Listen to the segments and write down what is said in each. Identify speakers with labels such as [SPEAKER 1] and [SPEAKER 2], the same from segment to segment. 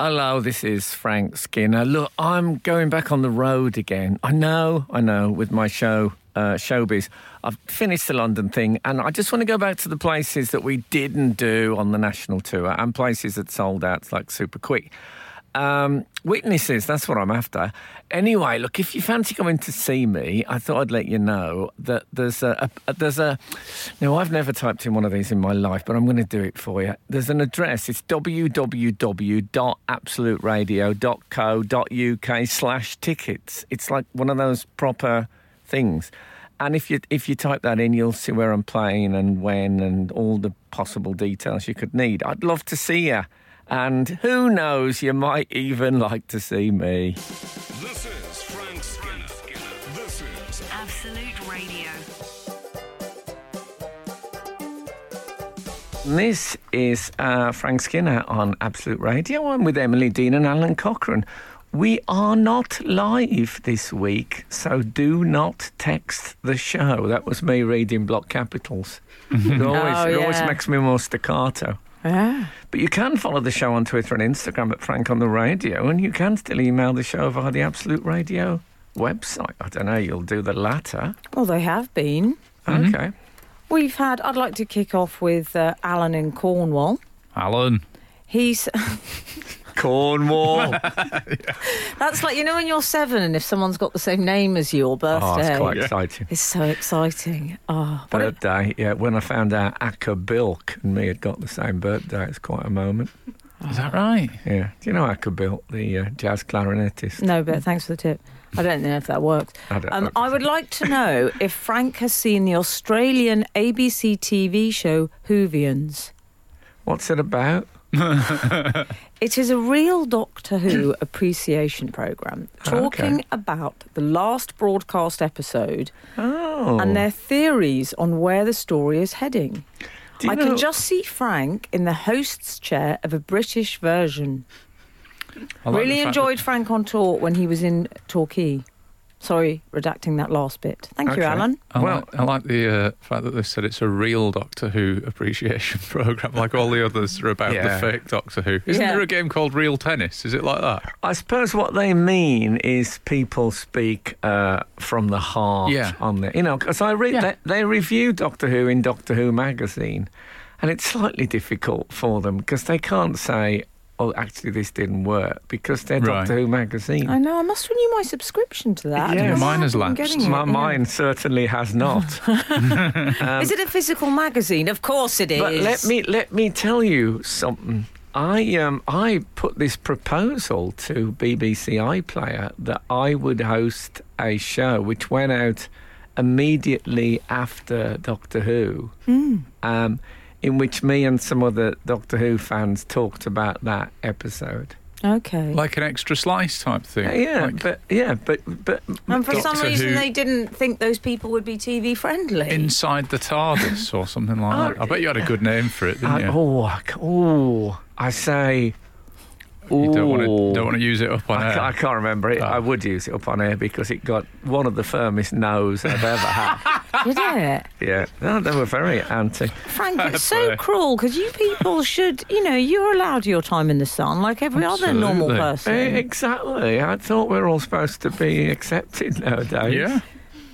[SPEAKER 1] Hello, this is Frank Skinner. Look, I'm going back on the road again. I know, I know, with my show, uh, Showbiz. I've finished the London thing and I just want to go back to the places that we didn't do on the national tour and places that sold out like super quick. Um, witnesses, that's what I'm after. Anyway, look, if you fancy coming to see me, I thought I'd let you know that there's a, a there's a. Now I've never typed in one of these in my life, but I'm going to do it for you. There's an address. It's www.absoluteradio.co.uk/tickets. It's like one of those proper things. And if you if you type that in, you'll see where I'm playing and when and all the possible details you could need. I'd love to see you. And who knows, you might even like to see me.
[SPEAKER 2] This is Frank Skinner. This is
[SPEAKER 3] Absolute Radio.
[SPEAKER 1] This is uh, Frank Skinner on Absolute Radio. I'm with Emily Dean and Alan Cochrane. We are not live this week, so do not text the show. That was me reading block capitals. It always,
[SPEAKER 4] Oh,
[SPEAKER 1] it always
[SPEAKER 4] yeah.
[SPEAKER 1] makes me more staccato.
[SPEAKER 4] Yeah.
[SPEAKER 1] But you can follow the show on Twitter and Instagram at Frank on the Radio, and you can still email the show via the Absolute Radio website. I don't know, you'll do the latter.
[SPEAKER 4] Well, they have been.
[SPEAKER 1] Okay.
[SPEAKER 4] We've had. I'd like to kick off with uh, Alan in Cornwall.
[SPEAKER 5] Alan.
[SPEAKER 4] He's.
[SPEAKER 1] Cornwall.
[SPEAKER 4] That's like you know when you're seven, and if someone's got the same name as you or
[SPEAKER 1] oh,
[SPEAKER 4] birthday,
[SPEAKER 1] it's quite exciting.
[SPEAKER 4] it's so exciting. Oh, but it-
[SPEAKER 1] Birthday, yeah. When I found out Akka Bilk and me had got the same birthday, it's quite a moment.
[SPEAKER 5] Is that right?
[SPEAKER 1] Yeah. Do you know Akka Bilk, the uh, jazz clarinetist?
[SPEAKER 4] no, but thanks for the tip. I don't know if that works. Um,
[SPEAKER 1] I don't know.
[SPEAKER 4] I would like to know if Frank has seen the Australian ABC TV show Whovians.
[SPEAKER 1] What's it about?
[SPEAKER 4] It is a real Doctor Who appreciation programme talking about the last broadcast episode
[SPEAKER 1] Oh.
[SPEAKER 4] and their theories on where the story is heading.
[SPEAKER 1] Do you
[SPEAKER 4] I
[SPEAKER 1] know-
[SPEAKER 4] can just see Frank in the host's chair of a British version.
[SPEAKER 5] I like
[SPEAKER 4] really
[SPEAKER 5] the fact
[SPEAKER 4] enjoyed Frank on tour when he was in Torquay. Sorry, redacting that last bit. Thank
[SPEAKER 1] Okay.
[SPEAKER 4] you, Alan.
[SPEAKER 5] That, I
[SPEAKER 1] Well-
[SPEAKER 5] like, I like the uh, fact that they said it's a real Doctor Who appreciation program, like all the others are about
[SPEAKER 1] Yeah.
[SPEAKER 5] the fake Doctor Who. Isn't
[SPEAKER 4] Yeah.
[SPEAKER 5] there a game called Real Tennis? Is it like that?
[SPEAKER 1] I suppose what they mean is people speak uh, from the heart
[SPEAKER 5] Yeah.
[SPEAKER 1] on there. You know, because I read
[SPEAKER 5] Yeah.
[SPEAKER 1] they, they review Doctor Who in Doctor Who magazine, and it's slightly difficult for them because they can't say, "Oh, actually, this didn't work," because they're
[SPEAKER 5] Right.
[SPEAKER 1] Doctor Who magazine.
[SPEAKER 4] I know, I must renew my subscription to that. I
[SPEAKER 1] Yeah,
[SPEAKER 4] don't know
[SPEAKER 5] mine
[SPEAKER 4] how
[SPEAKER 5] has
[SPEAKER 4] I'm
[SPEAKER 5] lapsed.
[SPEAKER 4] getting it,
[SPEAKER 1] My
[SPEAKER 4] yeah.
[SPEAKER 1] mind certainly has not.
[SPEAKER 4] is it a physical magazine? Of course it is.
[SPEAKER 1] um, But let me let me tell you something. I um I put this proposal to BBC iPlayer that I would host a show which went out immediately after Doctor Who, um, in which me and some other Doctor Who fans talked about that episode.
[SPEAKER 4] Okay.
[SPEAKER 5] Like an extra slice type thing?
[SPEAKER 1] Yeah,
[SPEAKER 5] Like
[SPEAKER 1] but yeah, but but
[SPEAKER 4] and for some
[SPEAKER 5] Doctor
[SPEAKER 4] reason,
[SPEAKER 5] Who-
[SPEAKER 4] they didn't think those people would be TV friendly.
[SPEAKER 5] inside the TARDIS or something like that. I bet you had a good name for it, didn't
[SPEAKER 1] Oh, I,
[SPEAKER 5] you?
[SPEAKER 1] oh I c- oh I say.
[SPEAKER 5] you don't want
[SPEAKER 1] ooh.
[SPEAKER 5] to don't want to use it up on
[SPEAKER 1] Oh. I, ca- I
[SPEAKER 5] air.
[SPEAKER 1] can't remember it.
[SPEAKER 5] Oh.
[SPEAKER 1] I would use it up on air because it got one of the firmest no's I've ever had.
[SPEAKER 4] Did it?
[SPEAKER 1] Yeah, no, they were very anti.
[SPEAKER 4] Frank, it's
[SPEAKER 5] play.
[SPEAKER 4] so cruel because you people should, you know, you're allowed your time in the sun like every other normal
[SPEAKER 5] Absolutely.
[SPEAKER 1] Eh,
[SPEAKER 4] person.
[SPEAKER 1] exactly. I thought we are all supposed to be accepted nowadays.
[SPEAKER 5] Yeah,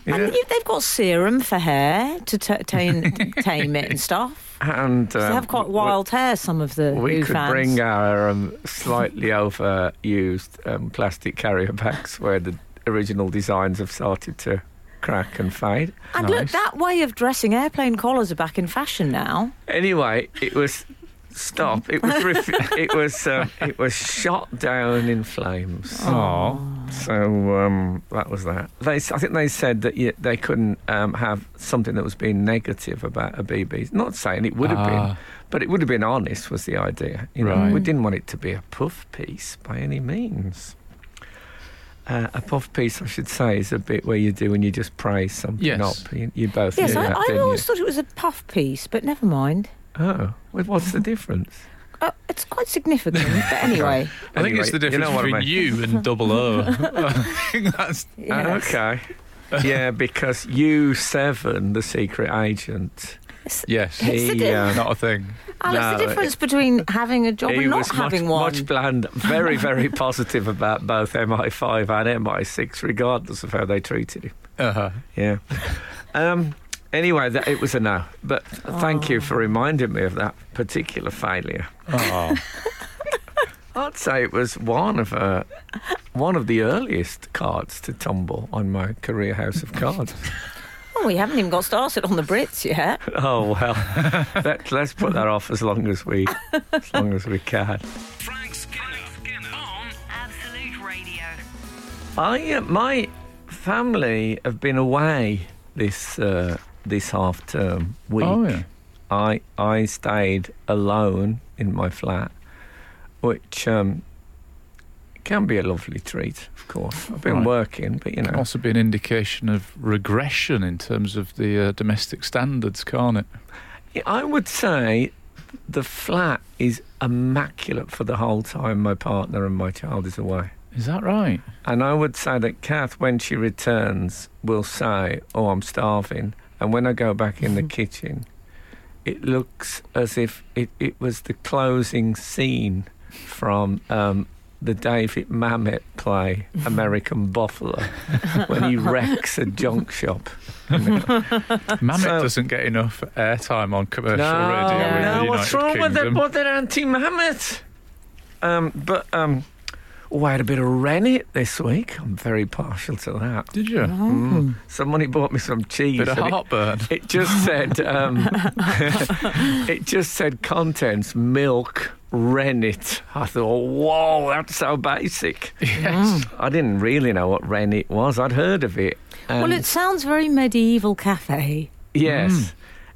[SPEAKER 4] And you, they've got serum for hair to t- tame, tame it and stuff.
[SPEAKER 1] And
[SPEAKER 4] They
[SPEAKER 1] um,
[SPEAKER 4] have quite
[SPEAKER 1] we-
[SPEAKER 4] wild hair, some of the
[SPEAKER 1] We
[SPEAKER 4] Who
[SPEAKER 1] could
[SPEAKER 4] fans.
[SPEAKER 1] bring our um, slightly overused um, plastic carrier bags where the original designs have started to crack and fade.
[SPEAKER 4] and look,
[SPEAKER 5] Nice.
[SPEAKER 4] that way of dressing airplane collars are back in fashion now.
[SPEAKER 1] Anyway, it was stop. It was ref- it was um, it was shot down in flames.
[SPEAKER 5] Aw.
[SPEAKER 1] So um, that was that. They, s- I think they said that you, they couldn't um, have something that was being negative about a BBC. Not saying it would have been,
[SPEAKER 5] Ah.
[SPEAKER 1] but it would have been honest was the idea. You know,
[SPEAKER 5] Right.
[SPEAKER 1] we didn't want it to be a puff piece by any means. Uh, a puff piece, I should say, is a bit where you do when you just praise something
[SPEAKER 5] Yes.
[SPEAKER 1] up. You, you both
[SPEAKER 4] Yes,
[SPEAKER 1] knew that,
[SPEAKER 4] I, I
[SPEAKER 1] didn't
[SPEAKER 4] always thought it was a puff piece, but never mind.
[SPEAKER 1] you? Oh, well, what's the difference?
[SPEAKER 4] Uh, it's quite significant, but anyway.
[SPEAKER 5] I think
[SPEAKER 1] Anyway,
[SPEAKER 5] it's the
[SPEAKER 1] you
[SPEAKER 5] difference
[SPEAKER 1] know what I
[SPEAKER 5] between
[SPEAKER 1] mean.
[SPEAKER 5] you and Double O. I think that's
[SPEAKER 1] Ah, Okay. yeah, because you seven, the secret agent,
[SPEAKER 5] Yes.
[SPEAKER 4] It's the
[SPEAKER 1] He,
[SPEAKER 4] di-
[SPEAKER 1] uh,
[SPEAKER 5] Not a thing.
[SPEAKER 4] Alex,
[SPEAKER 1] no,
[SPEAKER 4] the difference between having a job
[SPEAKER 1] he
[SPEAKER 4] and not
[SPEAKER 1] was much,
[SPEAKER 4] having one.
[SPEAKER 1] much bland, very, very positive about both MI5 and MI6, regardless of how they treated him.
[SPEAKER 5] Uh-huh.
[SPEAKER 1] Yeah. Um, anyway, that, it was a no. But thank you
[SPEAKER 4] Oh.
[SPEAKER 1] for reminding me of that particular failure.
[SPEAKER 5] Oh.
[SPEAKER 1] I'd say it was one of uh, one of the earliest cards to tumble on my career house of cards.
[SPEAKER 4] Oh, we haven't even got started on the Brits yet.
[SPEAKER 1] oh well, let, let's put that off as long as we as long as we can.
[SPEAKER 2] Frank Skinner. On
[SPEAKER 3] Absolute Radio.
[SPEAKER 1] I uh, my family have been away this uh, this half term week.
[SPEAKER 5] oh, yeah.
[SPEAKER 1] I I stayed alone in my flat, which um, can be a lovely treat. Of course, I've been
[SPEAKER 5] Right.
[SPEAKER 1] working, but you
[SPEAKER 5] Can
[SPEAKER 1] know,
[SPEAKER 5] also be an indication of regression in terms of the uh, domestic standards, can't it?
[SPEAKER 1] Yeah, I would say the flat is immaculate for the whole time my partner and my child is away.
[SPEAKER 5] Is that right?
[SPEAKER 1] And I would say that Kath, when she returns, will say, "Oh, I'm starving," and when I go back in the kitchen, it looks as if it, it was the closing scene from. Um, the David Mamet play American Buffalo when he wrecks a junk shop.
[SPEAKER 5] Mamet
[SPEAKER 1] So-
[SPEAKER 5] doesn't get enough airtime on commercial radio.
[SPEAKER 4] no,
[SPEAKER 5] in the
[SPEAKER 4] no,
[SPEAKER 1] what's
[SPEAKER 5] United
[SPEAKER 1] wrong with
[SPEAKER 5] Kingdom.
[SPEAKER 1] it? What did Auntie Mammoth? Um, but um, oh, I had a bit of rennet this week. I'm very partial to that.
[SPEAKER 5] Did you?
[SPEAKER 1] Mm. Somebody bought me some cheese.
[SPEAKER 5] Bit of
[SPEAKER 1] and it-
[SPEAKER 5] heartburn.
[SPEAKER 1] it just said um, it just said contents milk rennet i thought whoa that's so basic
[SPEAKER 5] Yes.
[SPEAKER 1] i didn't really know what rennet was i'd heard of it
[SPEAKER 4] well,
[SPEAKER 1] and-
[SPEAKER 4] it sounds very medieval cafe.
[SPEAKER 1] yes
[SPEAKER 5] Mm.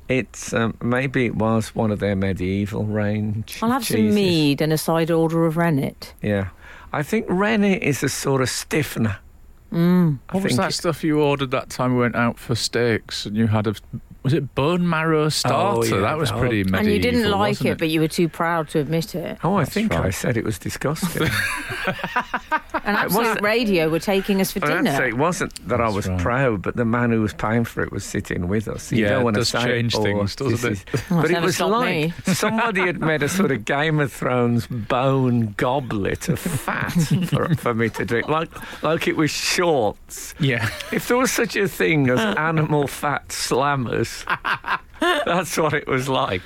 [SPEAKER 1] it's um, maybe it was one of their medieval range
[SPEAKER 4] I'll have
[SPEAKER 1] cheeses.
[SPEAKER 4] some mead and a side order of rennet.
[SPEAKER 1] yeah i think rennet is a sort of stiffener I
[SPEAKER 5] Mm. What was
[SPEAKER 1] think
[SPEAKER 5] that
[SPEAKER 1] it-
[SPEAKER 5] stuff you ordered that time we went out for steaks and you had a was it bone marrow starter?
[SPEAKER 1] yeah,
[SPEAKER 5] Oh, that was
[SPEAKER 1] that-
[SPEAKER 5] pretty medieval.
[SPEAKER 4] and you didn't like
[SPEAKER 5] wasn't
[SPEAKER 4] it, but you were too proud to admit it.
[SPEAKER 1] Oh, I
[SPEAKER 5] That's
[SPEAKER 1] think I
[SPEAKER 5] right.
[SPEAKER 1] said it was disgusting.
[SPEAKER 4] And Absolute
[SPEAKER 1] wasn't-
[SPEAKER 4] Radio were taking us for
[SPEAKER 1] I have to say,
[SPEAKER 4] dinner.
[SPEAKER 1] Oh, it wasn't that I
[SPEAKER 5] That's
[SPEAKER 1] was
[SPEAKER 5] right.
[SPEAKER 1] proud, but the man who was paying for it was sitting with us. You
[SPEAKER 5] Yeah,
[SPEAKER 1] don't
[SPEAKER 5] it
[SPEAKER 1] want
[SPEAKER 5] does
[SPEAKER 1] to say,
[SPEAKER 5] change
[SPEAKER 1] "Oh, this
[SPEAKER 5] things, doesn't it?"
[SPEAKER 1] is-"
[SPEAKER 4] Well,
[SPEAKER 1] but
[SPEAKER 4] it's
[SPEAKER 1] it
[SPEAKER 4] never
[SPEAKER 1] was
[SPEAKER 4] stopped
[SPEAKER 1] like somebody had made a sort of Game of Thrones bone goblet of fat for, for me to drink, like like it was shorts.
[SPEAKER 5] it? Yeah.
[SPEAKER 1] If there was such a thing as animal fat slammers, that's what it was like.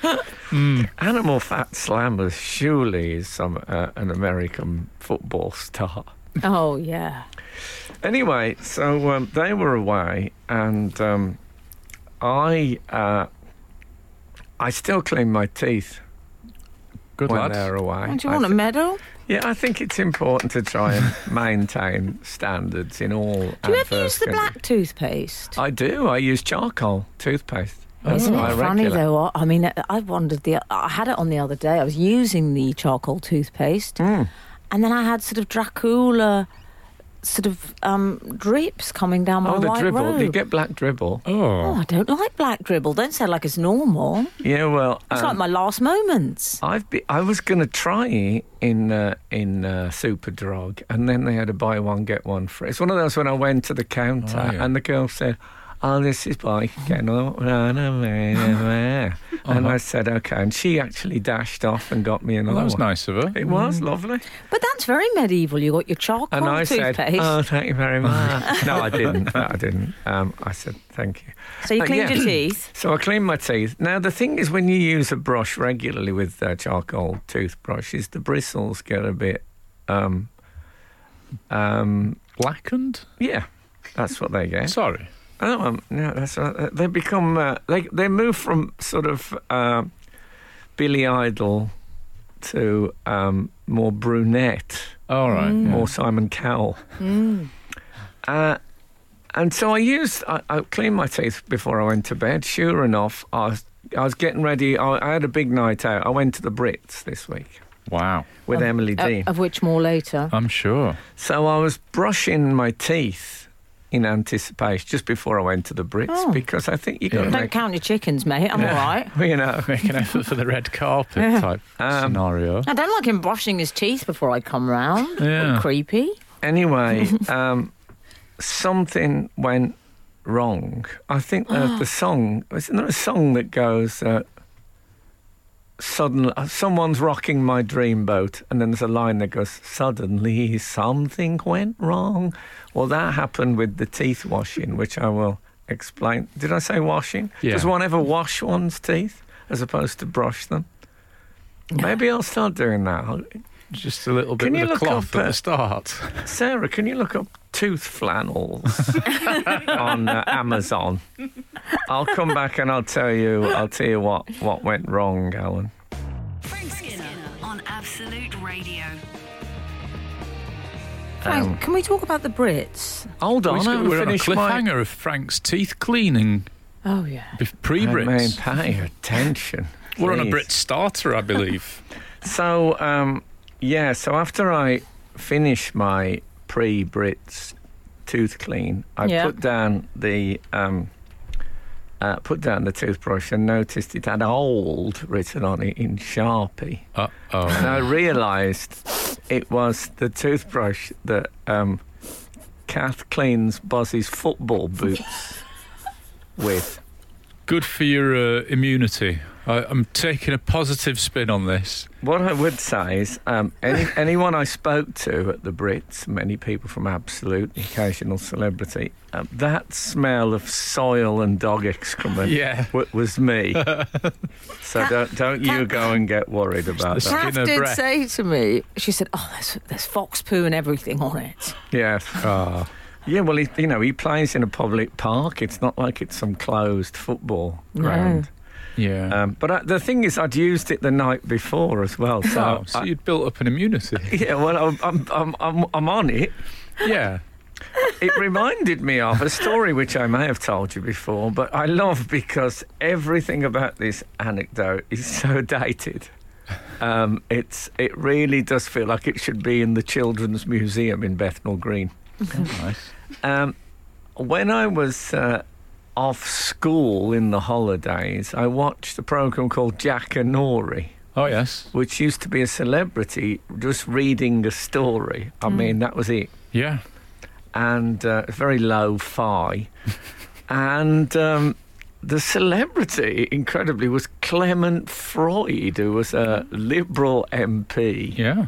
[SPEAKER 5] Mm.
[SPEAKER 1] Animal fat slammers surely is some uh, an American football star.
[SPEAKER 4] Oh, yeah.
[SPEAKER 1] Anyway, so um, they were away, and um, I uh, I still clean my teeth
[SPEAKER 5] Good
[SPEAKER 1] when
[SPEAKER 5] lad.
[SPEAKER 1] they're away.
[SPEAKER 4] Oh, do you
[SPEAKER 1] I
[SPEAKER 4] want a
[SPEAKER 1] thi-
[SPEAKER 4] medal?
[SPEAKER 1] yeah, I think it's important to try and maintain standards in all.
[SPEAKER 4] Do you ever
[SPEAKER 1] adverse
[SPEAKER 4] use the
[SPEAKER 1] conditions.
[SPEAKER 4] black toothpaste?
[SPEAKER 1] I do. I use charcoal toothpaste. That's
[SPEAKER 4] Isn't it
[SPEAKER 1] my
[SPEAKER 4] funny
[SPEAKER 1] Oh, regular.
[SPEAKER 4] though? I- I mean, I- I wondered the. I had it on the other day. I was using the charcoal toothpaste,
[SPEAKER 1] Hmm.
[SPEAKER 4] and then I had sort of Dracula, sort of um, drips coming down my
[SPEAKER 1] Oh, the
[SPEAKER 4] white
[SPEAKER 1] dribble. Do you
[SPEAKER 4] robe.
[SPEAKER 1] get black dribble?
[SPEAKER 4] Oh,
[SPEAKER 5] Oh.
[SPEAKER 4] I don't like black dribble. Don't sound like it's normal.
[SPEAKER 1] Yeah, well,
[SPEAKER 4] It's like
[SPEAKER 1] um,
[SPEAKER 4] my last moments.
[SPEAKER 1] I've be- I was going to try it in uh, in uh, Superdrug, and then they had a buy one get one free. It's one of those when I went to the counter
[SPEAKER 5] Oh, yeah.
[SPEAKER 1] and the girl said, "Oh, this is by getting on and
[SPEAKER 5] Uh-huh.
[SPEAKER 1] I said, "Okay," and she actually dashed off and got me another
[SPEAKER 5] Well, that was
[SPEAKER 1] one.
[SPEAKER 5] nice Mm-hmm. of her.
[SPEAKER 1] It was lovely,
[SPEAKER 4] But that's very medieval. You got your charcoal
[SPEAKER 1] and I
[SPEAKER 4] toothpaste.
[SPEAKER 1] said, "Oh, thank you very much." no, I didn't. No, I didn't. Um, I said, "Thank you."
[SPEAKER 4] so you
[SPEAKER 1] uh,
[SPEAKER 4] cleaned
[SPEAKER 1] yeah.
[SPEAKER 4] your teeth.
[SPEAKER 1] So I clean my teeth. Now the thing is, when you use a brush regularly with uh, charcoal toothbrushes, the bristles get a bit, um, um,
[SPEAKER 5] Blackened?
[SPEAKER 1] yeah, that's what they get.
[SPEAKER 5] Sorry.
[SPEAKER 1] Oh, um, no, that's right. They become uh, they they move from sort of uh, Billy Idol to um, more brunette,
[SPEAKER 5] All right.
[SPEAKER 4] Mm.
[SPEAKER 5] yeah.
[SPEAKER 1] more Simon Cowell. Uh, and so I used, I, I cleaned my teeth before I went to bed. Sure enough, I was, I was getting ready. I, I had a big night out. I went to the Brits this week
[SPEAKER 5] Wow.
[SPEAKER 1] with Emily
[SPEAKER 4] Uh,
[SPEAKER 1] Dean.
[SPEAKER 4] of which more later.
[SPEAKER 5] I'm sure.
[SPEAKER 1] so I was brushing my teeth in anticipation just before I went to the Brits
[SPEAKER 4] Oh.
[SPEAKER 1] because I think you got to
[SPEAKER 5] Yeah.
[SPEAKER 4] Don't
[SPEAKER 1] make,
[SPEAKER 4] count your chickens, mate. I'm all right.
[SPEAKER 1] you know.
[SPEAKER 5] Make an effort for the red carpet type
[SPEAKER 1] Um,
[SPEAKER 5] scenario.
[SPEAKER 4] I don't like him brushing his teeth before I come round.
[SPEAKER 5] Yeah.
[SPEAKER 4] Creepy.
[SPEAKER 1] Anyway, um, something went wrong. I think the, the song isn't there a song that goes uh, suddenly uh, someone's rocking my dreamboat, and then there's a line that goes suddenly something went wrong. Well, that happened with the teeth washing, which I will explain. Did I say washing?
[SPEAKER 5] Yeah.
[SPEAKER 1] Does one ever wash one's teeth as opposed to brush them? Maybe I'll start doing that. I'll-
[SPEAKER 5] Just a little bit
[SPEAKER 1] Can you
[SPEAKER 5] with a
[SPEAKER 1] look
[SPEAKER 5] cloth
[SPEAKER 1] up,
[SPEAKER 5] at
[SPEAKER 1] uh,
[SPEAKER 5] the start.
[SPEAKER 1] Sarah, can you look up tooth flannels on uh, Amazon? I'll come back and I'll tell you. I'll tell you what what went wrong, Alan.
[SPEAKER 3] Frank Skinner on Absolute Radio.
[SPEAKER 4] Frank,
[SPEAKER 1] Um,
[SPEAKER 4] can we talk about the Brits?
[SPEAKER 1] Hold on,
[SPEAKER 5] We've got-
[SPEAKER 1] I haven't
[SPEAKER 5] we're on a
[SPEAKER 1] finished my.
[SPEAKER 5] cliffhanger of Frank's teeth cleaning
[SPEAKER 4] Oh yeah.
[SPEAKER 5] pre
[SPEAKER 1] I mean,
[SPEAKER 5] Brits.
[SPEAKER 1] pay attention.
[SPEAKER 5] We're on a
[SPEAKER 1] please.
[SPEAKER 5] Brit starter, I believe.
[SPEAKER 1] So, um, yeah, so after I finish my pre Brits tooth clean, I
[SPEAKER 4] Yeah.
[SPEAKER 1] put down the. Um, uh, put down the toothbrush and noticed it had old written on it in Sharpie.
[SPEAKER 5] uh
[SPEAKER 1] And
[SPEAKER 5] oh.
[SPEAKER 1] I realised it was the toothbrush that um, Kath cleans Bozzy's football boots with.
[SPEAKER 5] Good for your uh, immunity. I, I'm taking a positive spin on this.
[SPEAKER 1] What I would say is, um, any, anyone I spoke to at the Brits, many people from Absolute, the occasional celebrity, um, that smell of soil and dog excrement
[SPEAKER 5] Yeah.
[SPEAKER 1] wa- was me. so don't, don't you go and get worried about
[SPEAKER 5] It's
[SPEAKER 1] that.
[SPEAKER 4] Kath
[SPEAKER 5] in her
[SPEAKER 4] did
[SPEAKER 5] breath.
[SPEAKER 4] say to me, she said, "Oh, there's, there's fox poo and everything on it."
[SPEAKER 1] Yeah.
[SPEAKER 5] Ah.
[SPEAKER 1] Yeah, well, he, you know, he plays in a public park. It's not like it's some closed football
[SPEAKER 4] No.
[SPEAKER 1] ground.
[SPEAKER 5] Yeah.
[SPEAKER 1] Um, but I, the thing is, I'd used it the night before as well. So,
[SPEAKER 5] oh, so
[SPEAKER 1] I-
[SPEAKER 5] you'd built up an immunity.
[SPEAKER 1] yeah, well, I'm, I'm, I'm, I'm, I'm on it.
[SPEAKER 5] yeah.
[SPEAKER 1] It reminded me of a story which I may have told you before, but I love because everything about this anecdote is so dated. Um, it's it really does feel like it should be in the Children's Museum in Bethnal Green.
[SPEAKER 5] Oh, Nice.
[SPEAKER 1] Um, when I was uh, off school in the holidays, I watched a program called Jack and Nori,
[SPEAKER 5] Oh, yes.
[SPEAKER 1] which used to be a celebrity just reading a story. I mean, that was it.
[SPEAKER 5] Yeah.
[SPEAKER 1] And uh, very low fi. and um, the celebrity, incredibly, was Clement Freud, who was a Liberal MP
[SPEAKER 5] Yeah.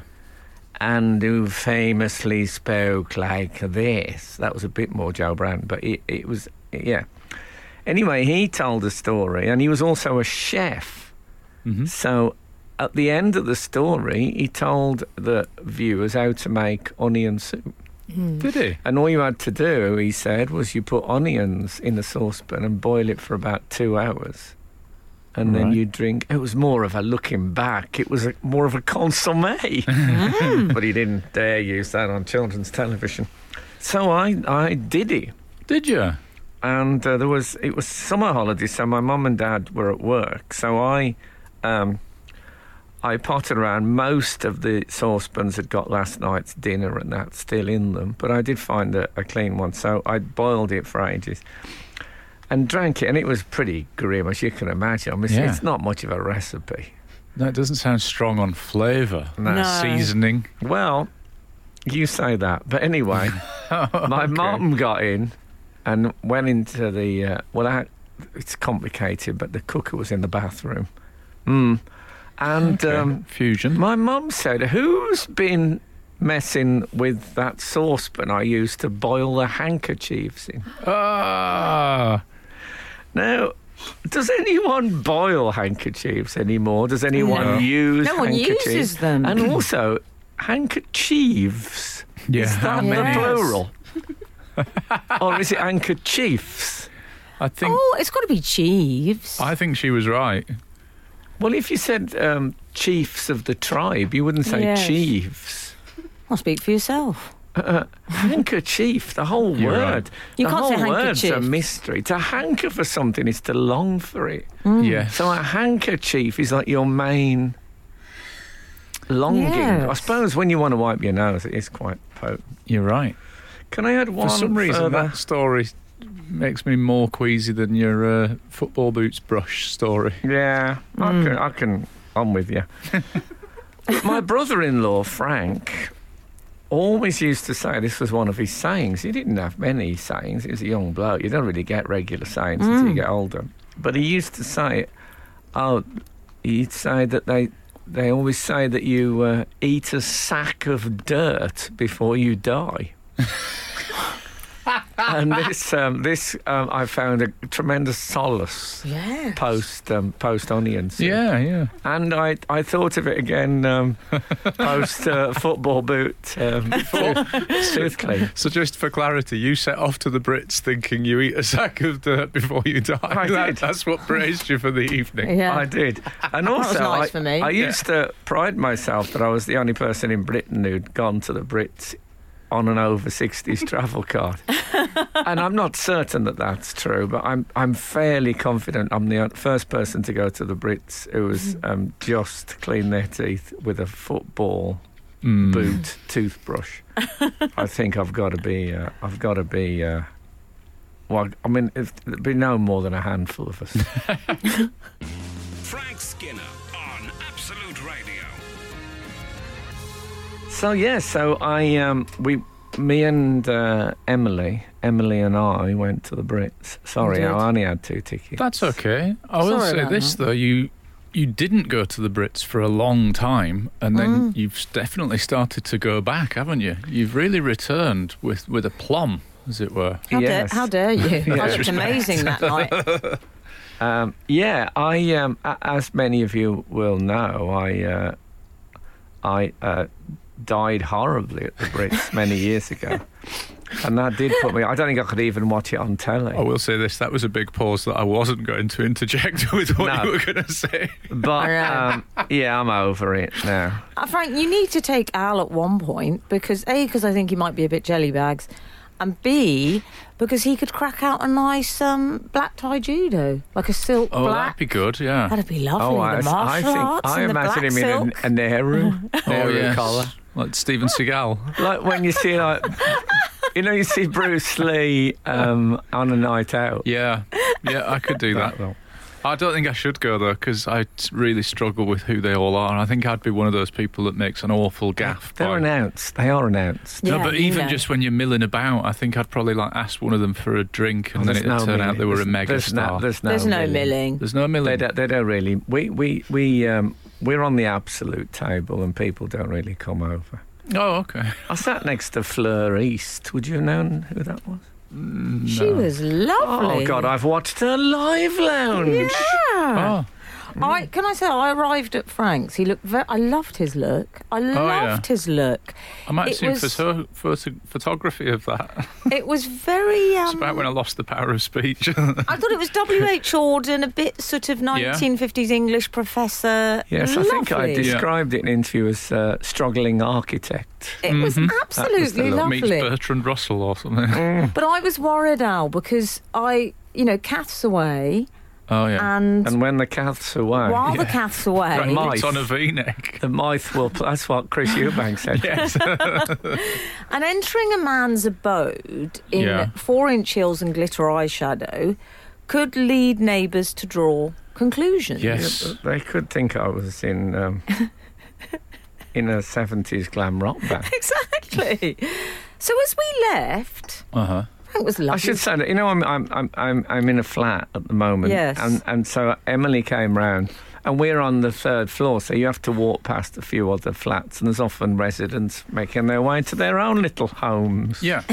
[SPEAKER 1] and who famously spoke like this. That was a bit more Joe Brown, but it, it was, yeah. Anyway, he told a story, and he was also a chef. So at the end of the story, he told the viewers how to make onion soup. Hmm.
[SPEAKER 5] Did he?
[SPEAKER 1] And all you had to do, he said, was you put onions in a saucepan and boil it for about two hours. And then
[SPEAKER 5] Right.
[SPEAKER 1] you drink. It was more of a looking back. It was a, more of a consomme. but he didn't dare use that on children's television. So I, I did it.
[SPEAKER 5] Did you?
[SPEAKER 1] And uh, there was it was summer holidays, so my mum and dad were at work. So I, um, I potted around. Most of the saucepans had got last night's dinner and that's still in them, but I did find a, a clean one, so I boiled it for ages and drank it, and it was pretty grim, as you can imagine. I mean, it's-
[SPEAKER 5] Yeah.
[SPEAKER 1] it's not much of a recipe.
[SPEAKER 5] That doesn't sound strong on flavour.
[SPEAKER 4] No.
[SPEAKER 5] Seasoning.
[SPEAKER 1] Well, you say that, but anyway, my mum got in and went into the. Uh, well, I, it's complicated, but the cooker was in the bathroom. Mm. And um,
[SPEAKER 5] Fusion.
[SPEAKER 1] my mum said, "Who's been messing with that saucepan I used to boil the handkerchiefs in?"
[SPEAKER 5] Ah.
[SPEAKER 1] Now. Does anyone boil handkerchiefs anymore? Does anyone
[SPEAKER 5] No.
[SPEAKER 1] use
[SPEAKER 4] No one
[SPEAKER 1] handkerchiefs?
[SPEAKER 4] uses them.
[SPEAKER 1] And also, handkerchiefs.
[SPEAKER 5] Yeah.
[SPEAKER 1] Is that
[SPEAKER 5] how
[SPEAKER 1] the
[SPEAKER 5] many?
[SPEAKER 1] plural? or is it handkerchiefs?
[SPEAKER 5] I think.
[SPEAKER 4] Oh, it's got to be Jeeves.
[SPEAKER 5] I think she was right.
[SPEAKER 1] Well, if you said um, chiefs of the tribe, you wouldn't say
[SPEAKER 4] Yes.
[SPEAKER 1] chiefs.
[SPEAKER 4] Well, speak for yourself.
[SPEAKER 1] Handkerchief, the whole
[SPEAKER 5] You're
[SPEAKER 1] word.
[SPEAKER 5] right.
[SPEAKER 4] You
[SPEAKER 1] the
[SPEAKER 4] can't say
[SPEAKER 1] whole word's a
[SPEAKER 4] handkerchief.
[SPEAKER 1] mystery. To hanker for something is to long for it. Mm.
[SPEAKER 5] Yes.
[SPEAKER 1] So a handkerchief is like your main longing. I
[SPEAKER 4] Yes.
[SPEAKER 1] suppose when you want to wipe your nose, it is quite potent.
[SPEAKER 5] You're right.
[SPEAKER 1] Can I add one
[SPEAKER 5] For some reason,
[SPEAKER 1] further?
[SPEAKER 5] that story makes me more queasy than your uh, football boots brush story.
[SPEAKER 1] Yeah, I can. I can. I'm with you. But My brother-in-law Frank always used to say this was one of his sayings. He didn't have many sayings. He was a young bloke. You don't really get regular sayings until you get older. But he used to say, "Oh, he'd say that they." They always say that you uh, eat a sack of dirt before you die. and this, um, this um, I found a tremendous solace
[SPEAKER 4] Yeah.
[SPEAKER 1] post um, post onions.
[SPEAKER 5] Yeah, yeah.
[SPEAKER 1] And I, I thought of it again um, post uh, football boot um, tooth clean.
[SPEAKER 5] So just for clarity, you set off to the Brits thinking you eat a sack of dirt before you die.
[SPEAKER 1] I
[SPEAKER 5] That-
[SPEAKER 1] did.
[SPEAKER 5] That's what praised you for the evening.
[SPEAKER 4] Yeah.
[SPEAKER 1] I did. And also,
[SPEAKER 4] was nice
[SPEAKER 1] I,
[SPEAKER 4] for me.
[SPEAKER 1] I used to pride myself that I was the only person in Britain who'd gone to the Brits on an over 60s travel card. and I'm not certain that that's true, but I'm, I'm fairly confident I'm the on- first person to go to the Brits who was
[SPEAKER 4] Mm.
[SPEAKER 1] um, just clean their teeth with a football
[SPEAKER 5] Mm.
[SPEAKER 1] boot toothbrush. I think I've got to be. Uh, I've got to be. Uh, well, I mean, if, there'd be no more than a handful of us.
[SPEAKER 2] Frank Skinner on Absolute Radio.
[SPEAKER 1] so yeah, so I, um, we, me and uh, Emily, Emily and I went to the Brits. Sorry,
[SPEAKER 4] You did.
[SPEAKER 1] I only had two tickets.
[SPEAKER 5] That's okay. I will
[SPEAKER 4] Sorry
[SPEAKER 5] say
[SPEAKER 4] about
[SPEAKER 5] this though, you you didn't go to the Brits for a long time, and then you've s- definitely started to go back, haven't you? You've really returned with with a plum, as it were.
[SPEAKER 4] How,
[SPEAKER 1] Yes.
[SPEAKER 4] dare, how dare you?
[SPEAKER 1] Yeah.
[SPEAKER 4] I looked amazing that night.
[SPEAKER 1] Um, yeah, I, um, a- as many of you will know, I, uh, I uh, died horribly at the Brits many years ago, and that did put me. I don't think I could even watch it on telly.
[SPEAKER 4] Oh,
[SPEAKER 5] I will say this: that was a big pause that I wasn't going to interject with what
[SPEAKER 1] No.
[SPEAKER 5] you were going to say.
[SPEAKER 1] But
[SPEAKER 4] I
[SPEAKER 1] um, yeah, I'm over it now.
[SPEAKER 4] Uh, Frank, you need to take Al at one point because A, because I think he might be a bit jelly bags, and B, because he could crack out a nice um, black tie judo, like a silk
[SPEAKER 5] Oh,
[SPEAKER 4] black.
[SPEAKER 5] that'd be good. Yeah.
[SPEAKER 4] That'd be lovely. the martial arts
[SPEAKER 1] Oh, I
[SPEAKER 4] and the
[SPEAKER 1] imagine
[SPEAKER 4] black
[SPEAKER 1] him in
[SPEAKER 4] silk.
[SPEAKER 1] a, a Nehru,
[SPEAKER 5] oh
[SPEAKER 1] Nehru
[SPEAKER 5] yes.
[SPEAKER 1] collar,
[SPEAKER 5] Like Steven Seagal.
[SPEAKER 1] like when you see like. You know, you see Bruce Lee um, on a night out.
[SPEAKER 5] Yeah, yeah, I could do that. I don't think I should go though because I t- really struggle with who they all are. And I think I'd be one of those people that makes an awful gaff.
[SPEAKER 1] They're
[SPEAKER 5] by-
[SPEAKER 1] announced. They are announced.
[SPEAKER 5] no,
[SPEAKER 4] Yeah,
[SPEAKER 5] but
[SPEAKER 4] you
[SPEAKER 5] even
[SPEAKER 4] know.
[SPEAKER 5] just when you're milling about, I think I'd probably like ask one of them for a drink, and then
[SPEAKER 1] Oh, There's
[SPEAKER 5] it would turn
[SPEAKER 1] milling.
[SPEAKER 5] out they were
[SPEAKER 1] There's-
[SPEAKER 5] a mega
[SPEAKER 1] there's
[SPEAKER 5] star.
[SPEAKER 1] No, there's no,
[SPEAKER 4] There's no milling.
[SPEAKER 5] There's no
[SPEAKER 1] They
[SPEAKER 5] milling.
[SPEAKER 1] don't, they don't really. We we we um, we're on the absolute table, and people don't really come over.
[SPEAKER 5] Oh, okay.
[SPEAKER 1] I sat next to Fleur East. Would you have known who that was?
[SPEAKER 4] She was lovely.
[SPEAKER 1] Oh God, I've watched her live lounge.
[SPEAKER 4] Yeah.
[SPEAKER 5] Oh,
[SPEAKER 4] I, can I say I arrived at Frank's? He looked. Very, I loved his look.
[SPEAKER 1] Oh,
[SPEAKER 4] I loved
[SPEAKER 5] yeah.
[SPEAKER 4] his look.
[SPEAKER 5] I might have
[SPEAKER 4] It
[SPEAKER 5] seen
[SPEAKER 4] was-
[SPEAKER 5] photo- photo- photography of that.
[SPEAKER 4] It was very. Um,
[SPEAKER 5] It's about when I lost the power of speech.
[SPEAKER 4] I thought it was W.H. Auden, a bit sort of 1950s English professor.
[SPEAKER 1] Yes, I think I
[SPEAKER 4] Lovely.
[SPEAKER 1] described it in an interview as uh, struggling architect.
[SPEAKER 4] It was absolutely
[SPEAKER 1] look.
[SPEAKER 5] Meets
[SPEAKER 4] lovely. Mm.
[SPEAKER 5] Bertrand Russell or something.
[SPEAKER 4] But I was worried, Al, because I, you know, Kath's away,
[SPEAKER 5] Oh yeah.
[SPEAKER 4] and,
[SPEAKER 1] And when the cat's away,
[SPEAKER 4] while the Kath's away,
[SPEAKER 5] Right,
[SPEAKER 1] Mike.
[SPEAKER 5] it's on a V-neck.
[SPEAKER 1] the mice will. Pl- that's what Chris Eubank said.
[SPEAKER 5] Yes.
[SPEAKER 4] and entering a man's abode in
[SPEAKER 5] Yeah.
[SPEAKER 4] four-inch heels and glitter eyeshadow could lead neighbours to draw conclusions.
[SPEAKER 5] yes.
[SPEAKER 1] Yeah, but they could think I was in um, in a seventies glam rock band.
[SPEAKER 4] exactly. So as we left,
[SPEAKER 5] Uh
[SPEAKER 1] Uh-huh.
[SPEAKER 5] huh.
[SPEAKER 4] Frank was lovely.
[SPEAKER 1] I should say that you know I'm I'm I'm I'm, I'm in a flat at the moment.
[SPEAKER 4] Yes.
[SPEAKER 1] And and so Emily came round. And we're on the third floor, so you have to walk past a few other flats, and there's often residents making their way to their own little homes.
[SPEAKER 5] Yeah.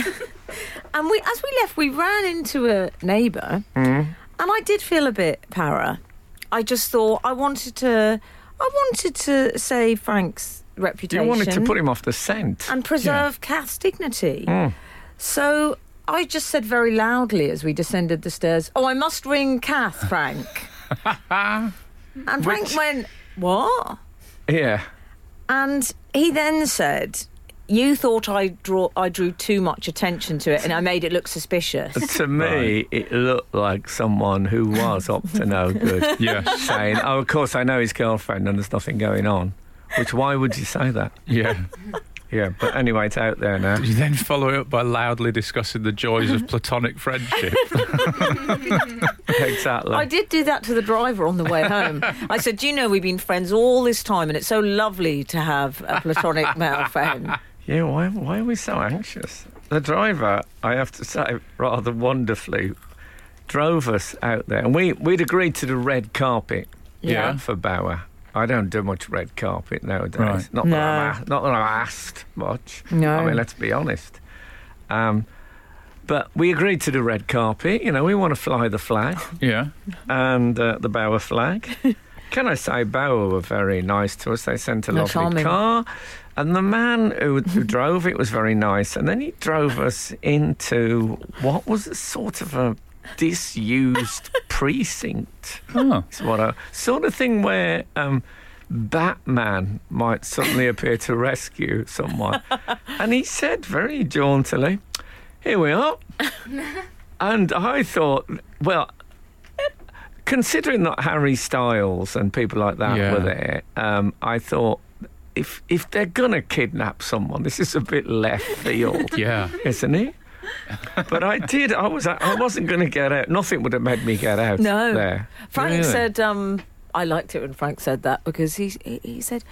[SPEAKER 4] And we, as we left, we ran into a neighbour,
[SPEAKER 1] Mm.
[SPEAKER 4] and I did feel a bit para. I just thought I wanted to, I wanted to save Frank's
[SPEAKER 1] You
[SPEAKER 4] reputation.
[SPEAKER 1] wanted to put Mm. him off the scent.
[SPEAKER 4] and preserve Kath's dignity. So I just said very loudly as we descended the stairs, "Oh, I must ring Kath, Frank." and Frank
[SPEAKER 1] Which-
[SPEAKER 4] went, "What?"
[SPEAKER 1] Yeah.
[SPEAKER 4] And he then said, "You thought I draw I drew too much attention to it, and I made it look suspicious."
[SPEAKER 1] to me, it looked like someone who was up to no good
[SPEAKER 5] Yes.
[SPEAKER 1] saying, "Oh, of course, I know his girlfriend, and there's nothing going on." Which why would you say that?
[SPEAKER 5] Yeah.
[SPEAKER 1] Yeah, but anyway, it's out there now.
[SPEAKER 5] You then follow it up by loudly discussing the joys of platonic friendship.
[SPEAKER 1] exactly.
[SPEAKER 4] I did do that to the driver on the way home. I said, "Do you know we've been friends all this time, and it's so lovely to have a platonic male friend."
[SPEAKER 1] Yeah, why, why are we so anxious? The driver, I have to say, rather wonderfully drove us out there. And we, we'd agreed to the red carpet
[SPEAKER 5] Yeah.
[SPEAKER 1] for Bauer. I don't do much red carpet nowadays.
[SPEAKER 5] Right.
[SPEAKER 1] Not, that I'm
[SPEAKER 4] No.
[SPEAKER 1] a- not that I'm asked much.
[SPEAKER 4] No.
[SPEAKER 1] I mean, let's be honest. Um, but we agreed to the red carpet. You know, we want to fly the flag
[SPEAKER 5] Yeah.
[SPEAKER 1] and uh, the Bauer flag. Can I say Bauer were very nice to us? They sent a
[SPEAKER 4] No,
[SPEAKER 1] lovely
[SPEAKER 4] charming.
[SPEAKER 1] car, and the man who, who drove it was very nice. And then he drove us into what was a sort of a disused precinct.
[SPEAKER 5] Oh.
[SPEAKER 1] It's what a sort of thing where. Um, Batman might suddenly appear to rescue someone. and he said very jauntily, Here we are. and I thought, well, considering that Harry Styles and people like that
[SPEAKER 5] Yeah.
[SPEAKER 1] were there, um, I thought if if they're gonna kidnap someone, this is a bit left field,
[SPEAKER 5] Yeah.
[SPEAKER 1] isn't it? but I did. I was. I wasn't going to get out. Nothing would have made me get out.
[SPEAKER 4] No.
[SPEAKER 1] There.
[SPEAKER 4] Frank
[SPEAKER 5] Really?
[SPEAKER 4] said, um, I liked it when Frank said that because he he, he said,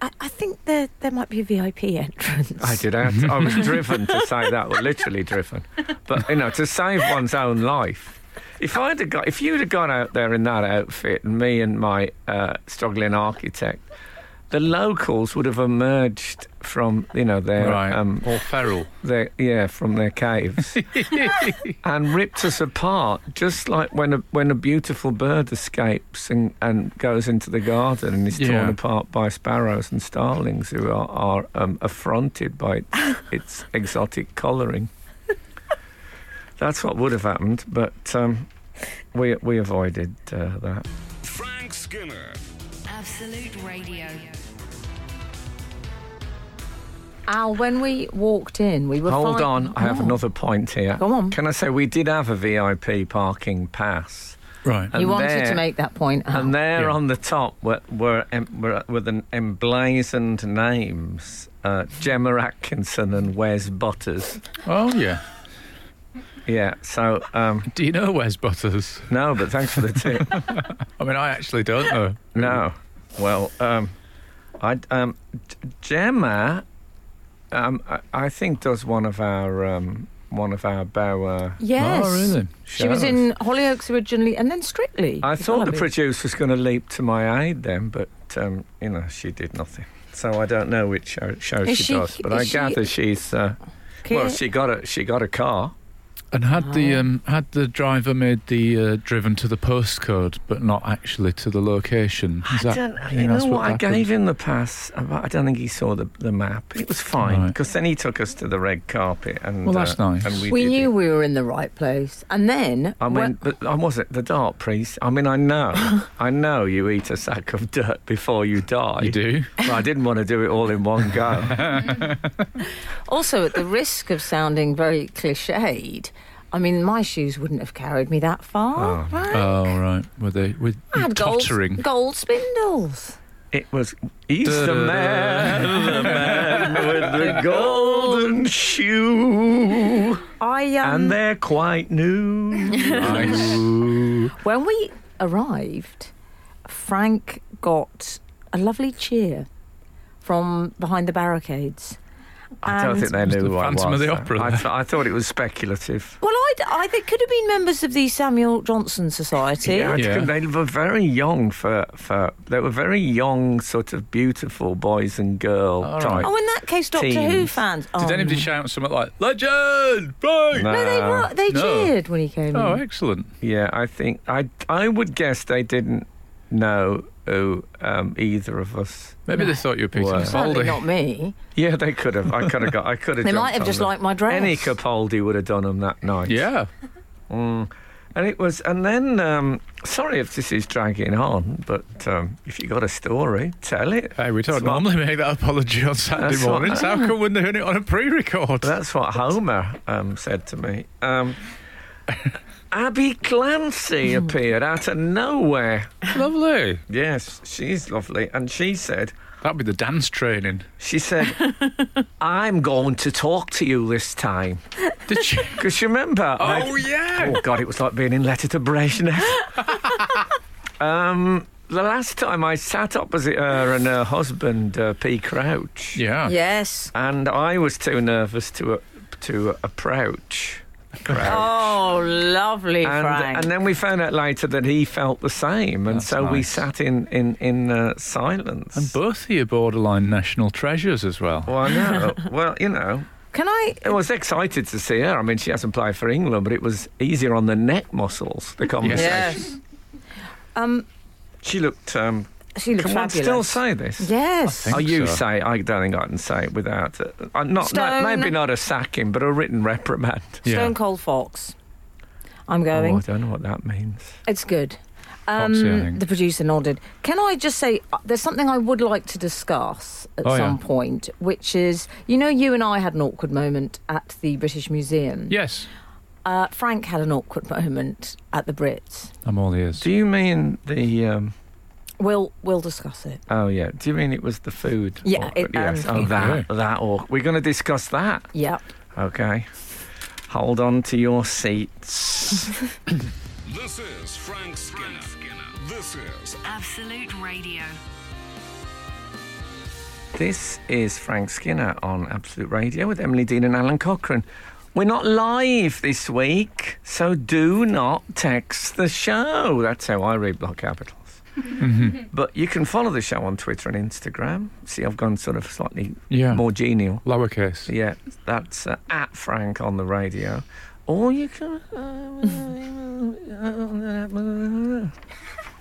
[SPEAKER 4] I, I think there there might be a VIP entrance.
[SPEAKER 1] I did have. I was driven to say that. Well, literally driven. But you know, to save one's own life. If I'd have got, if you'd have gone out there in that outfit, and me and my uh, struggling architect, the locals would have emerged from you know their
[SPEAKER 5] Right.
[SPEAKER 1] um,
[SPEAKER 5] or feral.
[SPEAKER 1] their yeah from their caves and ripped us apart, just like when a when a beautiful bird escapes and, and goes into the garden and is torn
[SPEAKER 5] Yeah.
[SPEAKER 1] apart by sparrows and starlings who are are um, affronted by its, its exotic colouring. That's what would have happened, but um, we we avoided uh, that.
[SPEAKER 2] Frank Skinner.
[SPEAKER 3] Absolute Radio.
[SPEAKER 4] Al, when we walked in, we were
[SPEAKER 1] Hold
[SPEAKER 4] fine-
[SPEAKER 1] on, I have
[SPEAKER 4] Oh.
[SPEAKER 1] another point here.
[SPEAKER 4] Go on.
[SPEAKER 1] Can I say we did have a VIP parking pass?
[SPEAKER 5] Right.
[SPEAKER 1] and
[SPEAKER 4] You wanted
[SPEAKER 1] there-
[SPEAKER 4] to make that point, Al.
[SPEAKER 1] And there
[SPEAKER 5] Yeah.
[SPEAKER 1] on the top were were, em, were with an emblazoned names: uh, Gemma Atkinson and Wes Butters.
[SPEAKER 5] Oh yeah.
[SPEAKER 1] Yeah. So um,
[SPEAKER 5] Do you know Wes Butters?
[SPEAKER 1] no, but thanks for the tip.
[SPEAKER 5] I mean, I actually don't know.
[SPEAKER 1] no. Well, um, I um, G- Gemma, um, I, I think does one of our um, one of our Bauer.
[SPEAKER 4] Yes.
[SPEAKER 5] Oh really?
[SPEAKER 4] She was
[SPEAKER 1] shows.
[SPEAKER 4] in Hollyoaks originally and then Strictly.
[SPEAKER 1] I
[SPEAKER 4] as
[SPEAKER 1] thought
[SPEAKER 4] well,
[SPEAKER 1] the
[SPEAKER 4] believe.
[SPEAKER 1] producer was going to leap to my aid then, but um, you know she did nothing. So I don't know which show, show she,
[SPEAKER 4] Is she-
[SPEAKER 1] does, but I
[SPEAKER 4] is she-
[SPEAKER 1] gather she's. Uh, Well,
[SPEAKER 4] Ki-
[SPEAKER 1] she got a she got a car.
[SPEAKER 5] And had the
[SPEAKER 4] Oh.
[SPEAKER 5] um, had the driver made the uh, driven to the postcode, but not actually to the location? Is that-
[SPEAKER 1] you know
[SPEAKER 5] that's
[SPEAKER 1] what? I
[SPEAKER 5] happened?
[SPEAKER 1] gave him the pass. but I don't think he saw the, the map. It was fine
[SPEAKER 5] Right.
[SPEAKER 1] because then he took us to the red carpet and uh,
[SPEAKER 5] Well, that's nice.
[SPEAKER 1] And we,
[SPEAKER 4] we
[SPEAKER 1] did
[SPEAKER 4] knew
[SPEAKER 1] It.
[SPEAKER 4] we were in the right place. And then
[SPEAKER 1] I mean, but I was at the dark priest. I mean, I know, I know you eat a sack of dirt before you die.
[SPEAKER 5] You do?
[SPEAKER 1] But I didn't want to do it all in one go.
[SPEAKER 4] Also, at the risk of sounding very cliched, I mean, my shoes wouldn't have carried me that far. right?
[SPEAKER 5] Oh right. Were they with
[SPEAKER 4] I had gold,
[SPEAKER 5] tottering?
[SPEAKER 4] gold spindles.
[SPEAKER 1] it was he's the
[SPEAKER 5] Da-da-da.
[SPEAKER 1] man, the man with the golden shoe,
[SPEAKER 4] I um,
[SPEAKER 1] and they're quite new.
[SPEAKER 5] Nice.
[SPEAKER 4] when we arrived, Frank got a lovely cheer from behind the barricades.
[SPEAKER 1] I don't
[SPEAKER 4] And-
[SPEAKER 1] think they
[SPEAKER 5] It's
[SPEAKER 1] knew
[SPEAKER 5] the
[SPEAKER 1] who I was.
[SPEAKER 5] Phantom of the
[SPEAKER 1] though.
[SPEAKER 5] Opera
[SPEAKER 1] I,
[SPEAKER 5] there.
[SPEAKER 1] th- I thought it was speculative.
[SPEAKER 4] Well, I, I they could have been members of the Samuel Johnson Society.
[SPEAKER 1] Yeah, I
[SPEAKER 5] Yeah.
[SPEAKER 1] think they were very young for, for they were very young, sort of beautiful boys and girl
[SPEAKER 5] All
[SPEAKER 1] type.
[SPEAKER 5] right.
[SPEAKER 4] Oh, in that case, Doctor Who
[SPEAKER 1] Teens.
[SPEAKER 4] fans.
[SPEAKER 5] Did
[SPEAKER 4] oh,
[SPEAKER 5] anybody
[SPEAKER 4] no.
[SPEAKER 5] shout something like "Legend"? Right.
[SPEAKER 4] No, they
[SPEAKER 1] No.
[SPEAKER 4] were. They
[SPEAKER 5] Uh, No.
[SPEAKER 4] cheered when he came
[SPEAKER 5] Oh,
[SPEAKER 4] in.
[SPEAKER 5] excellent.
[SPEAKER 1] Yeah, I think I I would guess they didn't know who um, either of us.
[SPEAKER 5] Maybe they thought you were Peter
[SPEAKER 1] Wow.
[SPEAKER 4] Certainly
[SPEAKER 5] Capaldi.
[SPEAKER 4] not me.
[SPEAKER 1] Yeah, they could have. I could have got. I could have.
[SPEAKER 4] They
[SPEAKER 1] jumped
[SPEAKER 4] might have
[SPEAKER 1] on
[SPEAKER 4] just
[SPEAKER 1] them.
[SPEAKER 4] liked my dress.
[SPEAKER 1] Any Capaldi would have done them that night.
[SPEAKER 5] Yeah.
[SPEAKER 1] Mm. And it was, and then, um, sorry if this is dragging on, but um, if you got a story, tell it.
[SPEAKER 5] Hey, we don't
[SPEAKER 1] That's what-
[SPEAKER 5] normally make that apology on Saturday
[SPEAKER 1] That's what-
[SPEAKER 5] mornings. How come we're doing it on a pre-record?
[SPEAKER 1] That's what Homer um, said to me. Um, Abby Clancy
[SPEAKER 5] Hmm.
[SPEAKER 1] appeared out of nowhere.
[SPEAKER 5] Lovely.
[SPEAKER 1] Yes, she's lovely, and she said,
[SPEAKER 5] That'd be the dance training.
[SPEAKER 1] she said, I'm going to talk to you this time.
[SPEAKER 5] Did she?
[SPEAKER 1] Because you remember, I-
[SPEAKER 5] oh yeah.
[SPEAKER 1] oh God, it was like being in Letter to Brezhnev. um, the last time I sat opposite her and her husband, uh, P. Crouch,
[SPEAKER 5] Yeah.
[SPEAKER 4] Yes.
[SPEAKER 1] and I was too nervous to uh, to approach. Crouch.
[SPEAKER 4] Oh, lovely,
[SPEAKER 1] And,
[SPEAKER 4] Frank.
[SPEAKER 1] and then we found out later that he felt the same, and
[SPEAKER 5] That's
[SPEAKER 1] so we
[SPEAKER 5] nice.
[SPEAKER 1] sat in in in uh, silence.
[SPEAKER 5] And both of you borderline national treasures as well.
[SPEAKER 1] well, I know. well, you know,
[SPEAKER 4] Can I?
[SPEAKER 1] I was excited to see her. I mean, she hasn't played for England, but it was easier on the neck muscles. The conversation.
[SPEAKER 4] Yes. Um,
[SPEAKER 1] She looked. Um,
[SPEAKER 4] she looked
[SPEAKER 1] can one
[SPEAKER 4] fabulous.
[SPEAKER 1] still say this?
[SPEAKER 4] yes.
[SPEAKER 5] I
[SPEAKER 1] Oh,
[SPEAKER 5] think
[SPEAKER 1] you
[SPEAKER 5] so.
[SPEAKER 1] say I don't think I can say it without uh, uh, not, not
[SPEAKER 4] Stone.
[SPEAKER 1] maybe not a sacking, but a written reprimand.
[SPEAKER 5] Yeah.
[SPEAKER 4] Stone Cold Fox. I'm going.
[SPEAKER 1] Oh, I don't know what that means.
[SPEAKER 4] It's good. Um,
[SPEAKER 5] Foxy, I think.
[SPEAKER 4] the producer nodded. Can I just say uh, there's something I would like to discuss at
[SPEAKER 5] Oh, yeah.
[SPEAKER 4] some point, which is you know, you and I had an awkward moment at the British Museum.
[SPEAKER 5] Yes.
[SPEAKER 4] Uh, Frank had an awkward moment at the Brits.
[SPEAKER 5] I'm all ears.
[SPEAKER 1] Do you mean the? Um,
[SPEAKER 4] We'll we'll discuss it.
[SPEAKER 1] oh yeah. Do you mean it was the food?
[SPEAKER 4] Yeah,
[SPEAKER 1] Awkward,
[SPEAKER 4] it- um,
[SPEAKER 1] yes. Oh,
[SPEAKER 4] yeah.
[SPEAKER 1] that that. Or we're going to discuss that.
[SPEAKER 4] Yeah.
[SPEAKER 1] Okay. Hold on to your seats.
[SPEAKER 2] This is Frank Skinner. This is
[SPEAKER 3] Absolute Radio.
[SPEAKER 1] This is Frank Skinner on Absolute Radio with Emily Dean and Alan Cochrane. We're not live this week, so do not text the show. That's how I read block capitals. but you can follow the show on Twitter and Instagram. See, I've gone sort of slightly
[SPEAKER 5] Yeah.
[SPEAKER 1] more genial.
[SPEAKER 5] Lowercase.
[SPEAKER 1] Yeah, that's uh, at Frank on the radio. Or you can. uh,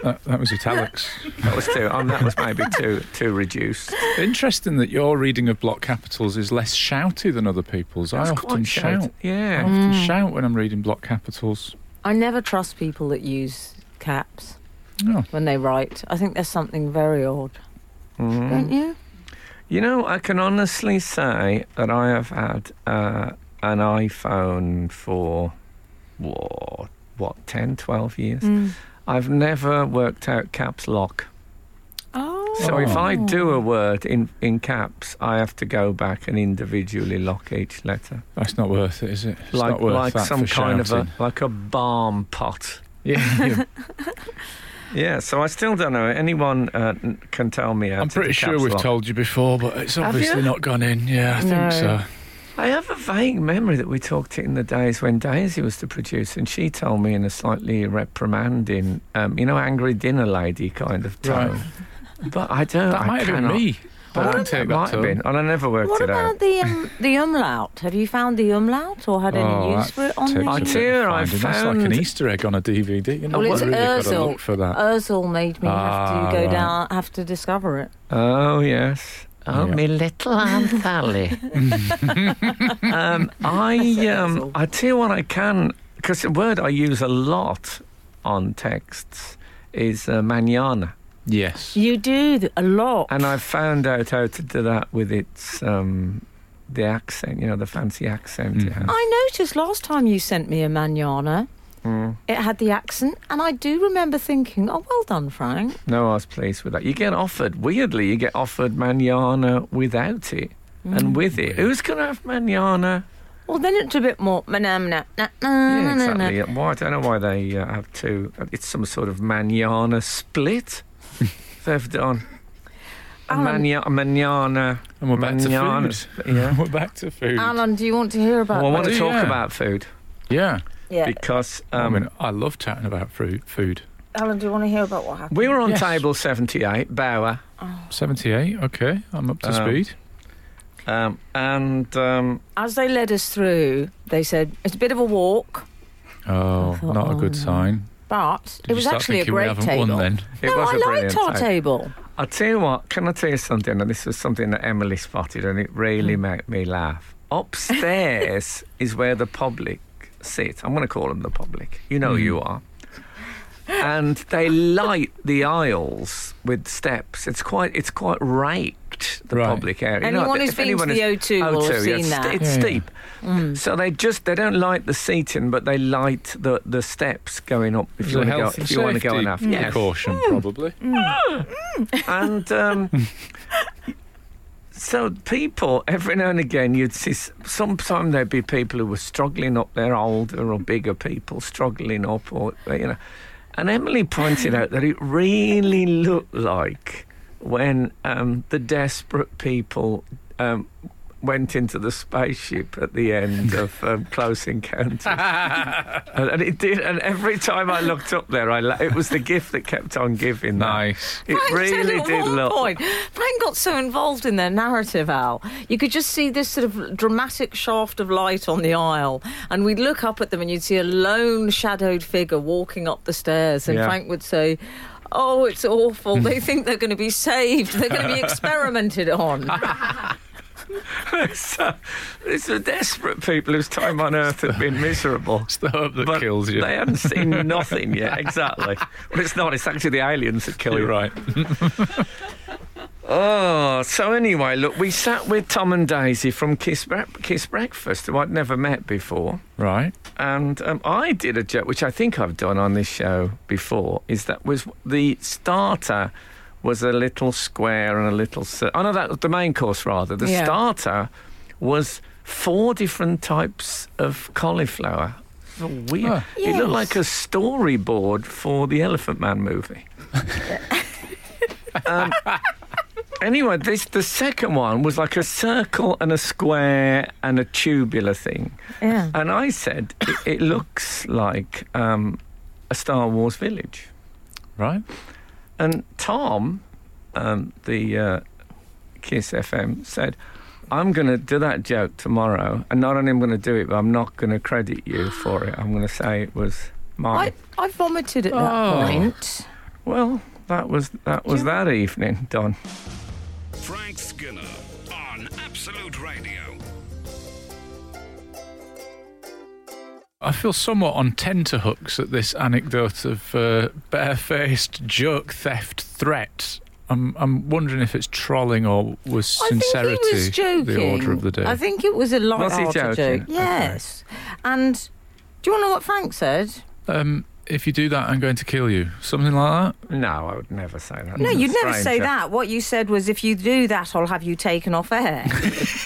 [SPEAKER 5] That, that was italics.
[SPEAKER 1] that was too. Um, that was maybe too too reduced.
[SPEAKER 5] Interesting that your reading of block capitals is less shouty than other people's. I
[SPEAKER 1] That's
[SPEAKER 5] often
[SPEAKER 1] quite
[SPEAKER 5] shout.
[SPEAKER 1] shouty. Mm.
[SPEAKER 5] I
[SPEAKER 1] Yeah.
[SPEAKER 5] often shout when I'm reading block capitals.
[SPEAKER 4] I never trust people that use caps
[SPEAKER 5] Oh.
[SPEAKER 4] when they write. I think there's something very odd.
[SPEAKER 5] Mm.
[SPEAKER 4] Don't you?
[SPEAKER 1] Mm-hmm. You know, I can honestly say that I have had uh, an iPhone for what, what 10, 12 years.
[SPEAKER 4] Mm.
[SPEAKER 1] I've never worked out caps lock.
[SPEAKER 4] Oh.
[SPEAKER 1] So if I
[SPEAKER 4] Oh.
[SPEAKER 1] do a word in, in caps, I have to go back and individually lock each letter.
[SPEAKER 5] That's not worth it, is it? It's
[SPEAKER 1] like
[SPEAKER 5] not worth
[SPEAKER 1] like
[SPEAKER 5] that
[SPEAKER 1] some
[SPEAKER 5] for
[SPEAKER 1] kind
[SPEAKER 5] shouting.
[SPEAKER 1] of a like a balm pot.
[SPEAKER 5] Yeah. you-
[SPEAKER 1] Yeah, so I still don't know. Anyone uh, n- can tell me how
[SPEAKER 5] I'm
[SPEAKER 1] to do
[SPEAKER 5] pretty sure
[SPEAKER 1] caps
[SPEAKER 5] we've
[SPEAKER 1] lock.
[SPEAKER 5] told you before, but it's
[SPEAKER 1] Have
[SPEAKER 5] obviously
[SPEAKER 1] you?
[SPEAKER 5] not gone in. Yeah, I
[SPEAKER 4] No.
[SPEAKER 5] think so.
[SPEAKER 1] I have a vague memory that we talked in the days when Daisy was the producer, and she told me in a slightly reprimanding, um, you know, angry dinner lady kind of tone. But I don't.
[SPEAKER 5] That
[SPEAKER 1] I
[SPEAKER 5] might have
[SPEAKER 1] cannot-
[SPEAKER 5] been me.
[SPEAKER 1] But
[SPEAKER 5] I
[SPEAKER 1] I
[SPEAKER 5] don't take
[SPEAKER 1] might
[SPEAKER 5] that
[SPEAKER 1] have been,
[SPEAKER 5] tone.
[SPEAKER 1] and I never worked
[SPEAKER 4] What
[SPEAKER 1] it
[SPEAKER 4] about
[SPEAKER 1] out.
[SPEAKER 4] the um, the umlaut? Have you found the umlaut or had any
[SPEAKER 5] Oh,
[SPEAKER 4] use
[SPEAKER 5] that
[SPEAKER 4] for it on
[SPEAKER 5] takes
[SPEAKER 4] the?
[SPEAKER 5] a bit of
[SPEAKER 1] dear, I
[SPEAKER 5] finding. That's like an
[SPEAKER 1] found-
[SPEAKER 5] Easter egg on a DVD. You know,
[SPEAKER 4] Well,
[SPEAKER 5] you
[SPEAKER 4] it's
[SPEAKER 5] really got to
[SPEAKER 4] Urzel. Uh,
[SPEAKER 5] look for that.
[SPEAKER 4] Ursel made me have
[SPEAKER 5] Ah,
[SPEAKER 4] to go
[SPEAKER 5] right.
[SPEAKER 4] down, have to discover it.
[SPEAKER 1] Oh yes. Oh,
[SPEAKER 5] Yeah.
[SPEAKER 1] me little Aunt Sally. um, I, um, I tell you what I can, because the word I use a lot on texts is uh, manana.
[SPEAKER 5] Yes.
[SPEAKER 4] You do th- a lot.
[SPEAKER 1] And I found out how to do that with its um, the accent, you know, the fancy accent. it has.
[SPEAKER 4] I noticed last time you sent me a manana,
[SPEAKER 1] Mm.
[SPEAKER 4] it had the accent, and I do remember thinking, "Oh, well done, Frank."
[SPEAKER 1] No, I was pleased with that. You get offered, weirdly, you get offered manana without it and with it. Who's going to have manana?
[SPEAKER 4] Mm. Well, then it's a bit more manana. na- na-
[SPEAKER 1] Yeah,
[SPEAKER 4] na- na- na.
[SPEAKER 1] exactly. Why, I don't know why they uh, have two. It's some sort of manana split they've done. A
[SPEAKER 4] Alan-
[SPEAKER 1] mania, manana.
[SPEAKER 5] And we're back to
[SPEAKER 1] manana
[SPEAKER 5] food.
[SPEAKER 1] split, Mm, Yeah.
[SPEAKER 5] We're back to food.
[SPEAKER 4] Alan, do you want to hear about?
[SPEAKER 1] Well, I want
[SPEAKER 5] do,
[SPEAKER 1] to talk
[SPEAKER 5] yeah.
[SPEAKER 1] about food
[SPEAKER 5] Yeah.
[SPEAKER 4] yeah,
[SPEAKER 1] because
[SPEAKER 5] I
[SPEAKER 1] um,
[SPEAKER 5] mean, I love chatting about fruit, food.
[SPEAKER 4] Alan, do you want to hear about what happened?
[SPEAKER 1] we were on
[SPEAKER 5] Yes.
[SPEAKER 1] table 78, Bauer.
[SPEAKER 5] 78, okay. I'm up to
[SPEAKER 1] Um,
[SPEAKER 5] speed.
[SPEAKER 1] Um, and um,
[SPEAKER 4] As they led us through, they said it's a bit of a walk,
[SPEAKER 5] Oh,
[SPEAKER 4] thought,
[SPEAKER 5] not a
[SPEAKER 4] oh,
[SPEAKER 5] good sign.
[SPEAKER 4] but
[SPEAKER 5] Did
[SPEAKER 4] it
[SPEAKER 5] you
[SPEAKER 4] was
[SPEAKER 5] start
[SPEAKER 4] actually a
[SPEAKER 5] thinking we
[SPEAKER 4] great
[SPEAKER 5] haven't
[SPEAKER 4] table.
[SPEAKER 5] won then?
[SPEAKER 1] It
[SPEAKER 4] no,
[SPEAKER 1] was
[SPEAKER 4] I
[SPEAKER 1] a
[SPEAKER 4] liked
[SPEAKER 1] brilliant
[SPEAKER 4] our
[SPEAKER 1] tape.
[SPEAKER 4] table.
[SPEAKER 1] I'll tell you what, can I tell you something? And this was something that Emily spotted and it really
[SPEAKER 5] Hmm.
[SPEAKER 1] made me laugh. Upstairs is where the public sit. I'm going to call them the public. You know
[SPEAKER 5] Hmm.
[SPEAKER 1] who you are. And they light the aisles with steps. It's quite, it's quite raked, the
[SPEAKER 5] Right.
[SPEAKER 1] public area. You know,
[SPEAKER 4] Anyone who's
[SPEAKER 1] if
[SPEAKER 4] been to
[SPEAKER 1] anyone Oh,
[SPEAKER 4] the
[SPEAKER 1] has-
[SPEAKER 4] O2 will have
[SPEAKER 1] O2, yeah, it's
[SPEAKER 4] seen
[SPEAKER 1] st-
[SPEAKER 4] that. Hmm.
[SPEAKER 1] It's
[SPEAKER 5] Yeah, yeah.
[SPEAKER 1] steep. So they just, they don't light the seating, but they light the, the steps going up if
[SPEAKER 5] It's
[SPEAKER 1] you
[SPEAKER 5] a
[SPEAKER 1] want to go,
[SPEAKER 5] health and
[SPEAKER 1] if you want to go
[SPEAKER 5] safety
[SPEAKER 1] enough.
[SPEAKER 5] Precaution, probably.
[SPEAKER 1] and um, so people every now and again you'd see s- sometime there'd be people who were struggling up there older or bigger people struggling up or you know And Emily pointed out that it really looked like when um, the desperate people um, went into the spaceship at the end of um, Close Encounters. and, and it did. And every time I looked up there, I la- it was the gift that kept on giving. that.
[SPEAKER 5] Nice.
[SPEAKER 1] It
[SPEAKER 4] Frank said
[SPEAKER 1] really
[SPEAKER 4] at
[SPEAKER 1] did
[SPEAKER 4] one
[SPEAKER 1] look.
[SPEAKER 4] Point, Frank got so involved in their narrative, Al. You could just see this sort of dramatic shaft of light on the aisle, and we'd look up at them, and you'd see a lone shadowed figure walking up the stairs, and
[SPEAKER 1] Yeah.
[SPEAKER 4] Frank would say. Oh, it's awful. They think they're going to be saved. They're going to be experimented on.
[SPEAKER 1] so, it's the desperate people whose time on earth had been miserable.
[SPEAKER 5] It's the hope that
[SPEAKER 1] But
[SPEAKER 5] kills you.
[SPEAKER 1] They haven't seen nothing yet, exactly. Well, it's not. It's actually the aliens that kill
[SPEAKER 5] You're
[SPEAKER 1] you.
[SPEAKER 5] right.
[SPEAKER 1] Oh, so anyway, look, we sat with Tom and Daisy from Kiss, Bre- Kiss Breakfast, who I'd never met before.
[SPEAKER 5] Right.
[SPEAKER 1] And um, I did a joke, which I think I've done on this show before, is that was the starter was a little square and a little. cir- Oh, no, that was the main course, rather. The
[SPEAKER 4] Yeah.
[SPEAKER 1] starter was four different types of cauliflower. Oh, Weird.
[SPEAKER 5] Ah.
[SPEAKER 1] It
[SPEAKER 4] Yes.
[SPEAKER 1] looked like a storyboard for the Elephant Man movie. Um, anyway, this the second one was like a circle and a square and a tubular thing.
[SPEAKER 4] Yeah.
[SPEAKER 1] And I said, it, it looks like um, a Star Wars village.
[SPEAKER 5] Right.
[SPEAKER 1] And Tom, um, the uh, Kiss FM, said, I'm going to do that joke tomorrow. And not only am I going to do it, but I'm not going to credit you for it. I'm going to say it was mine.
[SPEAKER 4] I, I vomited at that
[SPEAKER 5] Oh.
[SPEAKER 4] point.
[SPEAKER 1] Well, that was that was that evening, Don.
[SPEAKER 2] Frank Skinner on Absolute Radio.
[SPEAKER 5] I feel somewhat on tenterhooks at this anecdote of uh, barefaced joke theft threat. I'm, I'm wondering if it's trolling or was sincerity
[SPEAKER 4] I think he was joking.
[SPEAKER 5] the order of the day.
[SPEAKER 4] I think it was a light-hearted
[SPEAKER 1] joking?
[SPEAKER 4] joke. Yes. And do you want to know what Frank said?
[SPEAKER 5] um, if you do that, I'm going to kill you. Something like that.
[SPEAKER 1] No, I would never say that.
[SPEAKER 4] No,
[SPEAKER 1] It's a
[SPEAKER 4] you'd never say
[SPEAKER 1] stranger.
[SPEAKER 4] that. What you said was, if you do that, I'll have you taken off air.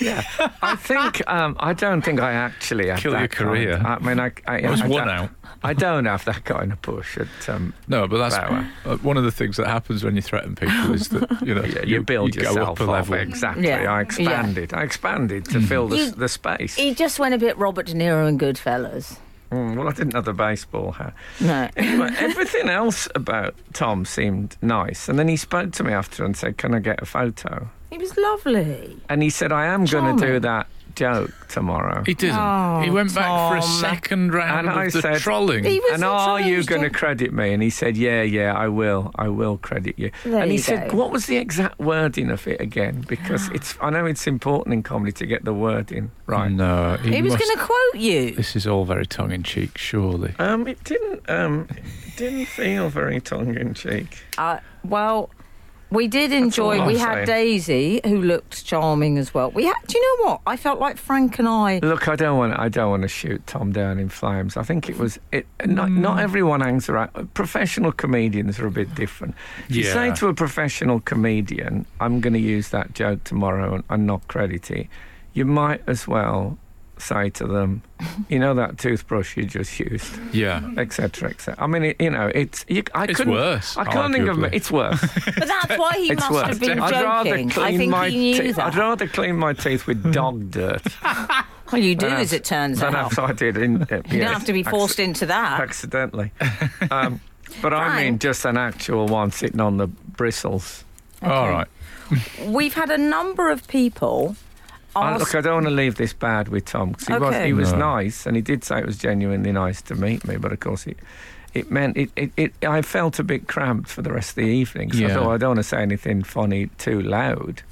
[SPEAKER 1] I think um, I don't think I actually have
[SPEAKER 5] Kill
[SPEAKER 1] that
[SPEAKER 5] your career.
[SPEAKER 1] Kind. I mean, I, I,
[SPEAKER 5] was
[SPEAKER 1] I
[SPEAKER 5] one
[SPEAKER 1] don't-
[SPEAKER 5] out.
[SPEAKER 1] I don't have that kind of push. At, um,
[SPEAKER 5] No, but that's
[SPEAKER 1] That
[SPEAKER 5] uh, one of the things that happens when you threaten people is that you know
[SPEAKER 1] yeah, you, build yourself
[SPEAKER 5] go up a level. Mm.
[SPEAKER 1] Exactly.
[SPEAKER 4] Yeah.
[SPEAKER 1] I expanded. I expanded to fill the, s the space.
[SPEAKER 4] he just went a bit Robert De Niro and Goodfellas.
[SPEAKER 1] Mm, well, I didn't have the baseball hat.
[SPEAKER 4] No.
[SPEAKER 1] Anyway, everything else about Tom seemed nice, and then he spoke to me after and said, "Can I get a photo?"
[SPEAKER 4] he was lovely.
[SPEAKER 1] And he said, "I am going to do
[SPEAKER 4] Charming.
[SPEAKER 1] that joke tomorrow."
[SPEAKER 5] He didn't.
[SPEAKER 4] Oh,
[SPEAKER 5] he went back for a
[SPEAKER 4] Tom.
[SPEAKER 5] second round
[SPEAKER 1] And
[SPEAKER 5] of
[SPEAKER 1] I
[SPEAKER 5] the
[SPEAKER 1] said-
[SPEAKER 5] trolling.
[SPEAKER 4] He was
[SPEAKER 1] and are you
[SPEAKER 4] encouraged,
[SPEAKER 1] going to
[SPEAKER 4] yeah.
[SPEAKER 1] credit me? And he said, Yeah, yeah, I will. I will credit you.
[SPEAKER 4] There
[SPEAKER 1] and he
[SPEAKER 4] you
[SPEAKER 1] said,
[SPEAKER 4] go. Ah.
[SPEAKER 1] What was the exact wording of it again? Because it's, I know it's important in comedy to get the wording right.
[SPEAKER 5] No, he,
[SPEAKER 4] He was
[SPEAKER 5] must-
[SPEAKER 4] going to quote you.
[SPEAKER 5] This is all very tongue in cheek, surely.
[SPEAKER 1] Um, it didn't, um, it didn't feel very tongue in cheek.
[SPEAKER 4] Uh, well, we did
[SPEAKER 1] all
[SPEAKER 4] enjoy.
[SPEAKER 1] I'm
[SPEAKER 4] We
[SPEAKER 1] saying.
[SPEAKER 4] had Daisy, who looked charming as well. We had. Do you know what? I felt like Frank and I.
[SPEAKER 1] Look, I don't want, I don't want to shoot Tom down in flames. I think it was, it, not,
[SPEAKER 5] Mm.
[SPEAKER 1] not everyone hangs around. Professional comedians are a bit different. If You
[SPEAKER 5] Yeah.
[SPEAKER 1] say to a professional comedian, I'm going to use that joke tomorrow and, and not credit it, you might as well say to them, you know that toothbrush you just used,
[SPEAKER 5] Yeah.
[SPEAKER 1] etc., etc. I mean, it, you know, it's you, I
[SPEAKER 5] It's
[SPEAKER 1] couldn't,
[SPEAKER 5] worse,
[SPEAKER 1] I can't think of
[SPEAKER 5] arguably.
[SPEAKER 1] it's worse.
[SPEAKER 4] But that's why he
[SPEAKER 1] it's
[SPEAKER 4] must
[SPEAKER 1] worse.
[SPEAKER 4] have been
[SPEAKER 1] I'd rather
[SPEAKER 4] joking.
[SPEAKER 1] clean
[SPEAKER 4] I think
[SPEAKER 1] my
[SPEAKER 4] he knew
[SPEAKER 1] teeth.
[SPEAKER 4] that. Hmm.
[SPEAKER 1] I'd rather clean my teeth with dog dirt.
[SPEAKER 4] well, you do,
[SPEAKER 1] than
[SPEAKER 4] as
[SPEAKER 1] have-
[SPEAKER 4] it turns
[SPEAKER 1] than
[SPEAKER 4] out.
[SPEAKER 1] have- I did. In, uh,
[SPEAKER 4] You don't have to be forced into that.
[SPEAKER 1] accidentally. um, but I
[SPEAKER 4] Fine.
[SPEAKER 1] mean just an actual one sitting on the bristles.
[SPEAKER 5] All right.
[SPEAKER 4] We've had a number of people
[SPEAKER 1] I,
[SPEAKER 4] ask
[SPEAKER 1] look, I don't want to leave this bad with Tom 'cause he was
[SPEAKER 4] Okay.
[SPEAKER 1] he was
[SPEAKER 5] No.
[SPEAKER 1] nice and he did say it was genuinely nice to meet me, but of course it it meant it, it, it I felt a bit cramped for the rest of the evening. So I
[SPEAKER 5] Yeah.
[SPEAKER 1] thought I don't want to say anything funny too loud.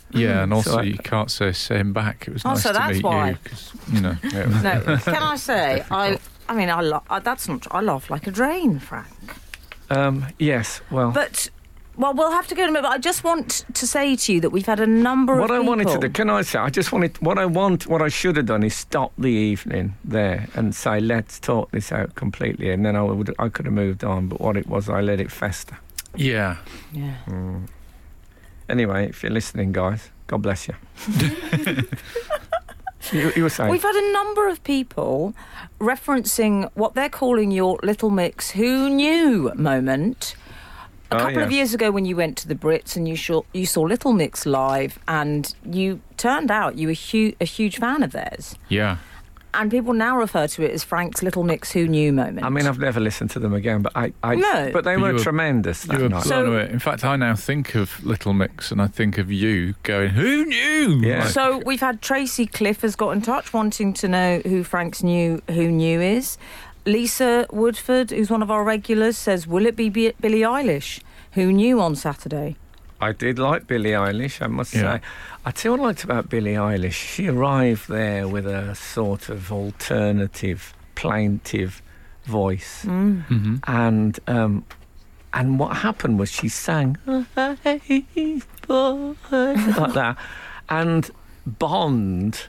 [SPEAKER 5] Yeah, and also
[SPEAKER 1] So I-
[SPEAKER 5] you can't say same back. It was
[SPEAKER 4] Oh,
[SPEAKER 5] nice
[SPEAKER 4] so
[SPEAKER 5] to
[SPEAKER 4] that's
[SPEAKER 5] meet
[SPEAKER 4] why.
[SPEAKER 5] you. 'cause, you know.
[SPEAKER 4] No, can I say I? I mean, I, la- I that's not. I laugh like a drain, Frank.
[SPEAKER 1] Um, yes, well.
[SPEAKER 4] But well, we'll have to go in a minute. But I just want to say to you that we've had a number
[SPEAKER 1] what
[SPEAKER 4] of
[SPEAKER 1] I
[SPEAKER 4] people.
[SPEAKER 1] wanted to do, can I say? I just wanted what I want. What I should have done is stop the evening there and say, "Let's talk this out completely," and then I would, I could have moved on. But what it was, I let it fester.
[SPEAKER 5] Yeah.
[SPEAKER 4] Yeah.
[SPEAKER 1] Anyway, if you're listening, guys, God bless you. You, you were saying.
[SPEAKER 4] We've had a number of people referencing what they're calling your Little Mix Who Knew moment. A
[SPEAKER 1] Oh,
[SPEAKER 4] couple of
[SPEAKER 1] yeah.
[SPEAKER 4] years ago, when you went to the Brits and you saw, you saw Little Mix live, and you turned out you were hu- a huge fan of theirs.
[SPEAKER 5] Yeah.
[SPEAKER 4] And people now refer to it as Frank's Little Mix Who Knew moment.
[SPEAKER 1] I mean, I've never listened to them again, but I. I
[SPEAKER 4] No.
[SPEAKER 1] But they
[SPEAKER 5] But
[SPEAKER 1] were
[SPEAKER 5] you were-
[SPEAKER 1] tremendous
[SPEAKER 5] You
[SPEAKER 1] that
[SPEAKER 5] were blown
[SPEAKER 1] night.
[SPEAKER 4] So-
[SPEAKER 5] away. In fact, I now think of Little Mix and I think of you going, Who knew?
[SPEAKER 1] Yeah.
[SPEAKER 5] Like,
[SPEAKER 4] So we've had Tracy Cliff has got in touch wanting to know who Frank's new who new is. Lisa Woodford, who's one of our regulars, says, "Will it be B- Billie Eilish? Who knew on Saturday?"
[SPEAKER 1] I did like Billie Eilish, I must
[SPEAKER 5] Yeah.
[SPEAKER 1] say. I tell you what I liked about Billie Eilish. She arrived there with a sort of alternative, plaintive voice,
[SPEAKER 5] mhm.
[SPEAKER 1] and um, and what happened was she sang like that, and Bond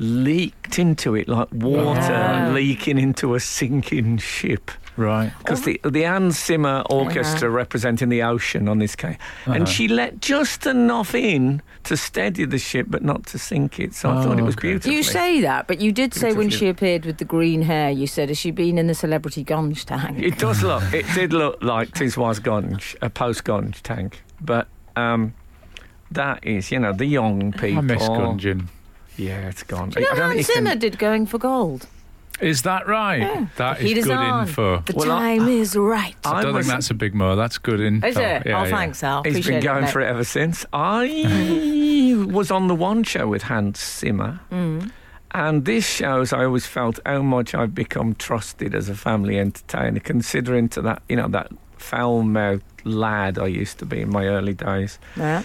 [SPEAKER 1] leaked into it like water
[SPEAKER 4] Yeah.
[SPEAKER 1] leaking into a sinking ship
[SPEAKER 5] Right.
[SPEAKER 1] because the the Ann Simmer Orchestra representing the ocean on this case,
[SPEAKER 5] Uh-huh.
[SPEAKER 1] and she let just enough in to steady the ship, but not to sink it. So I
[SPEAKER 5] Oh,
[SPEAKER 1] thought it was
[SPEAKER 5] okay.
[SPEAKER 1] beautiful.
[SPEAKER 4] You say that, but you did say when
[SPEAKER 1] Beautifully.
[SPEAKER 4] she appeared with the green hair, you said, "Has she been in the celebrity gunge tank?"
[SPEAKER 1] it does look. It did look like Tiswa's gonge, a post gonge tank, but. Um, that is, you know, the young people.
[SPEAKER 5] I miss Gungeon.
[SPEAKER 1] Yeah, it's gone.
[SPEAKER 4] You
[SPEAKER 1] I
[SPEAKER 4] know,
[SPEAKER 1] don't
[SPEAKER 4] Hans
[SPEAKER 1] think you
[SPEAKER 4] Zimmer
[SPEAKER 1] can-
[SPEAKER 4] did "Going for Gold."
[SPEAKER 5] Is that right? That
[SPEAKER 4] Heat is
[SPEAKER 5] is good
[SPEAKER 4] on.
[SPEAKER 5] info.
[SPEAKER 4] The
[SPEAKER 1] Well, I-
[SPEAKER 4] time is right.
[SPEAKER 5] I don't
[SPEAKER 1] was-
[SPEAKER 5] think that's a big mo. That's good info.
[SPEAKER 4] is it?
[SPEAKER 5] Yeah,
[SPEAKER 4] oh,
[SPEAKER 5] yeah.
[SPEAKER 4] thanks, Al.
[SPEAKER 1] He's
[SPEAKER 4] Appreciate
[SPEAKER 1] been going
[SPEAKER 4] mate.
[SPEAKER 1] for it ever since. I was on the one show with Hans Zimmer. And this shows I always felt how much I've become trusted as a family entertainer, considering to that you know, that foul mouthed lad I used to be in my early days.
[SPEAKER 4] Yeah.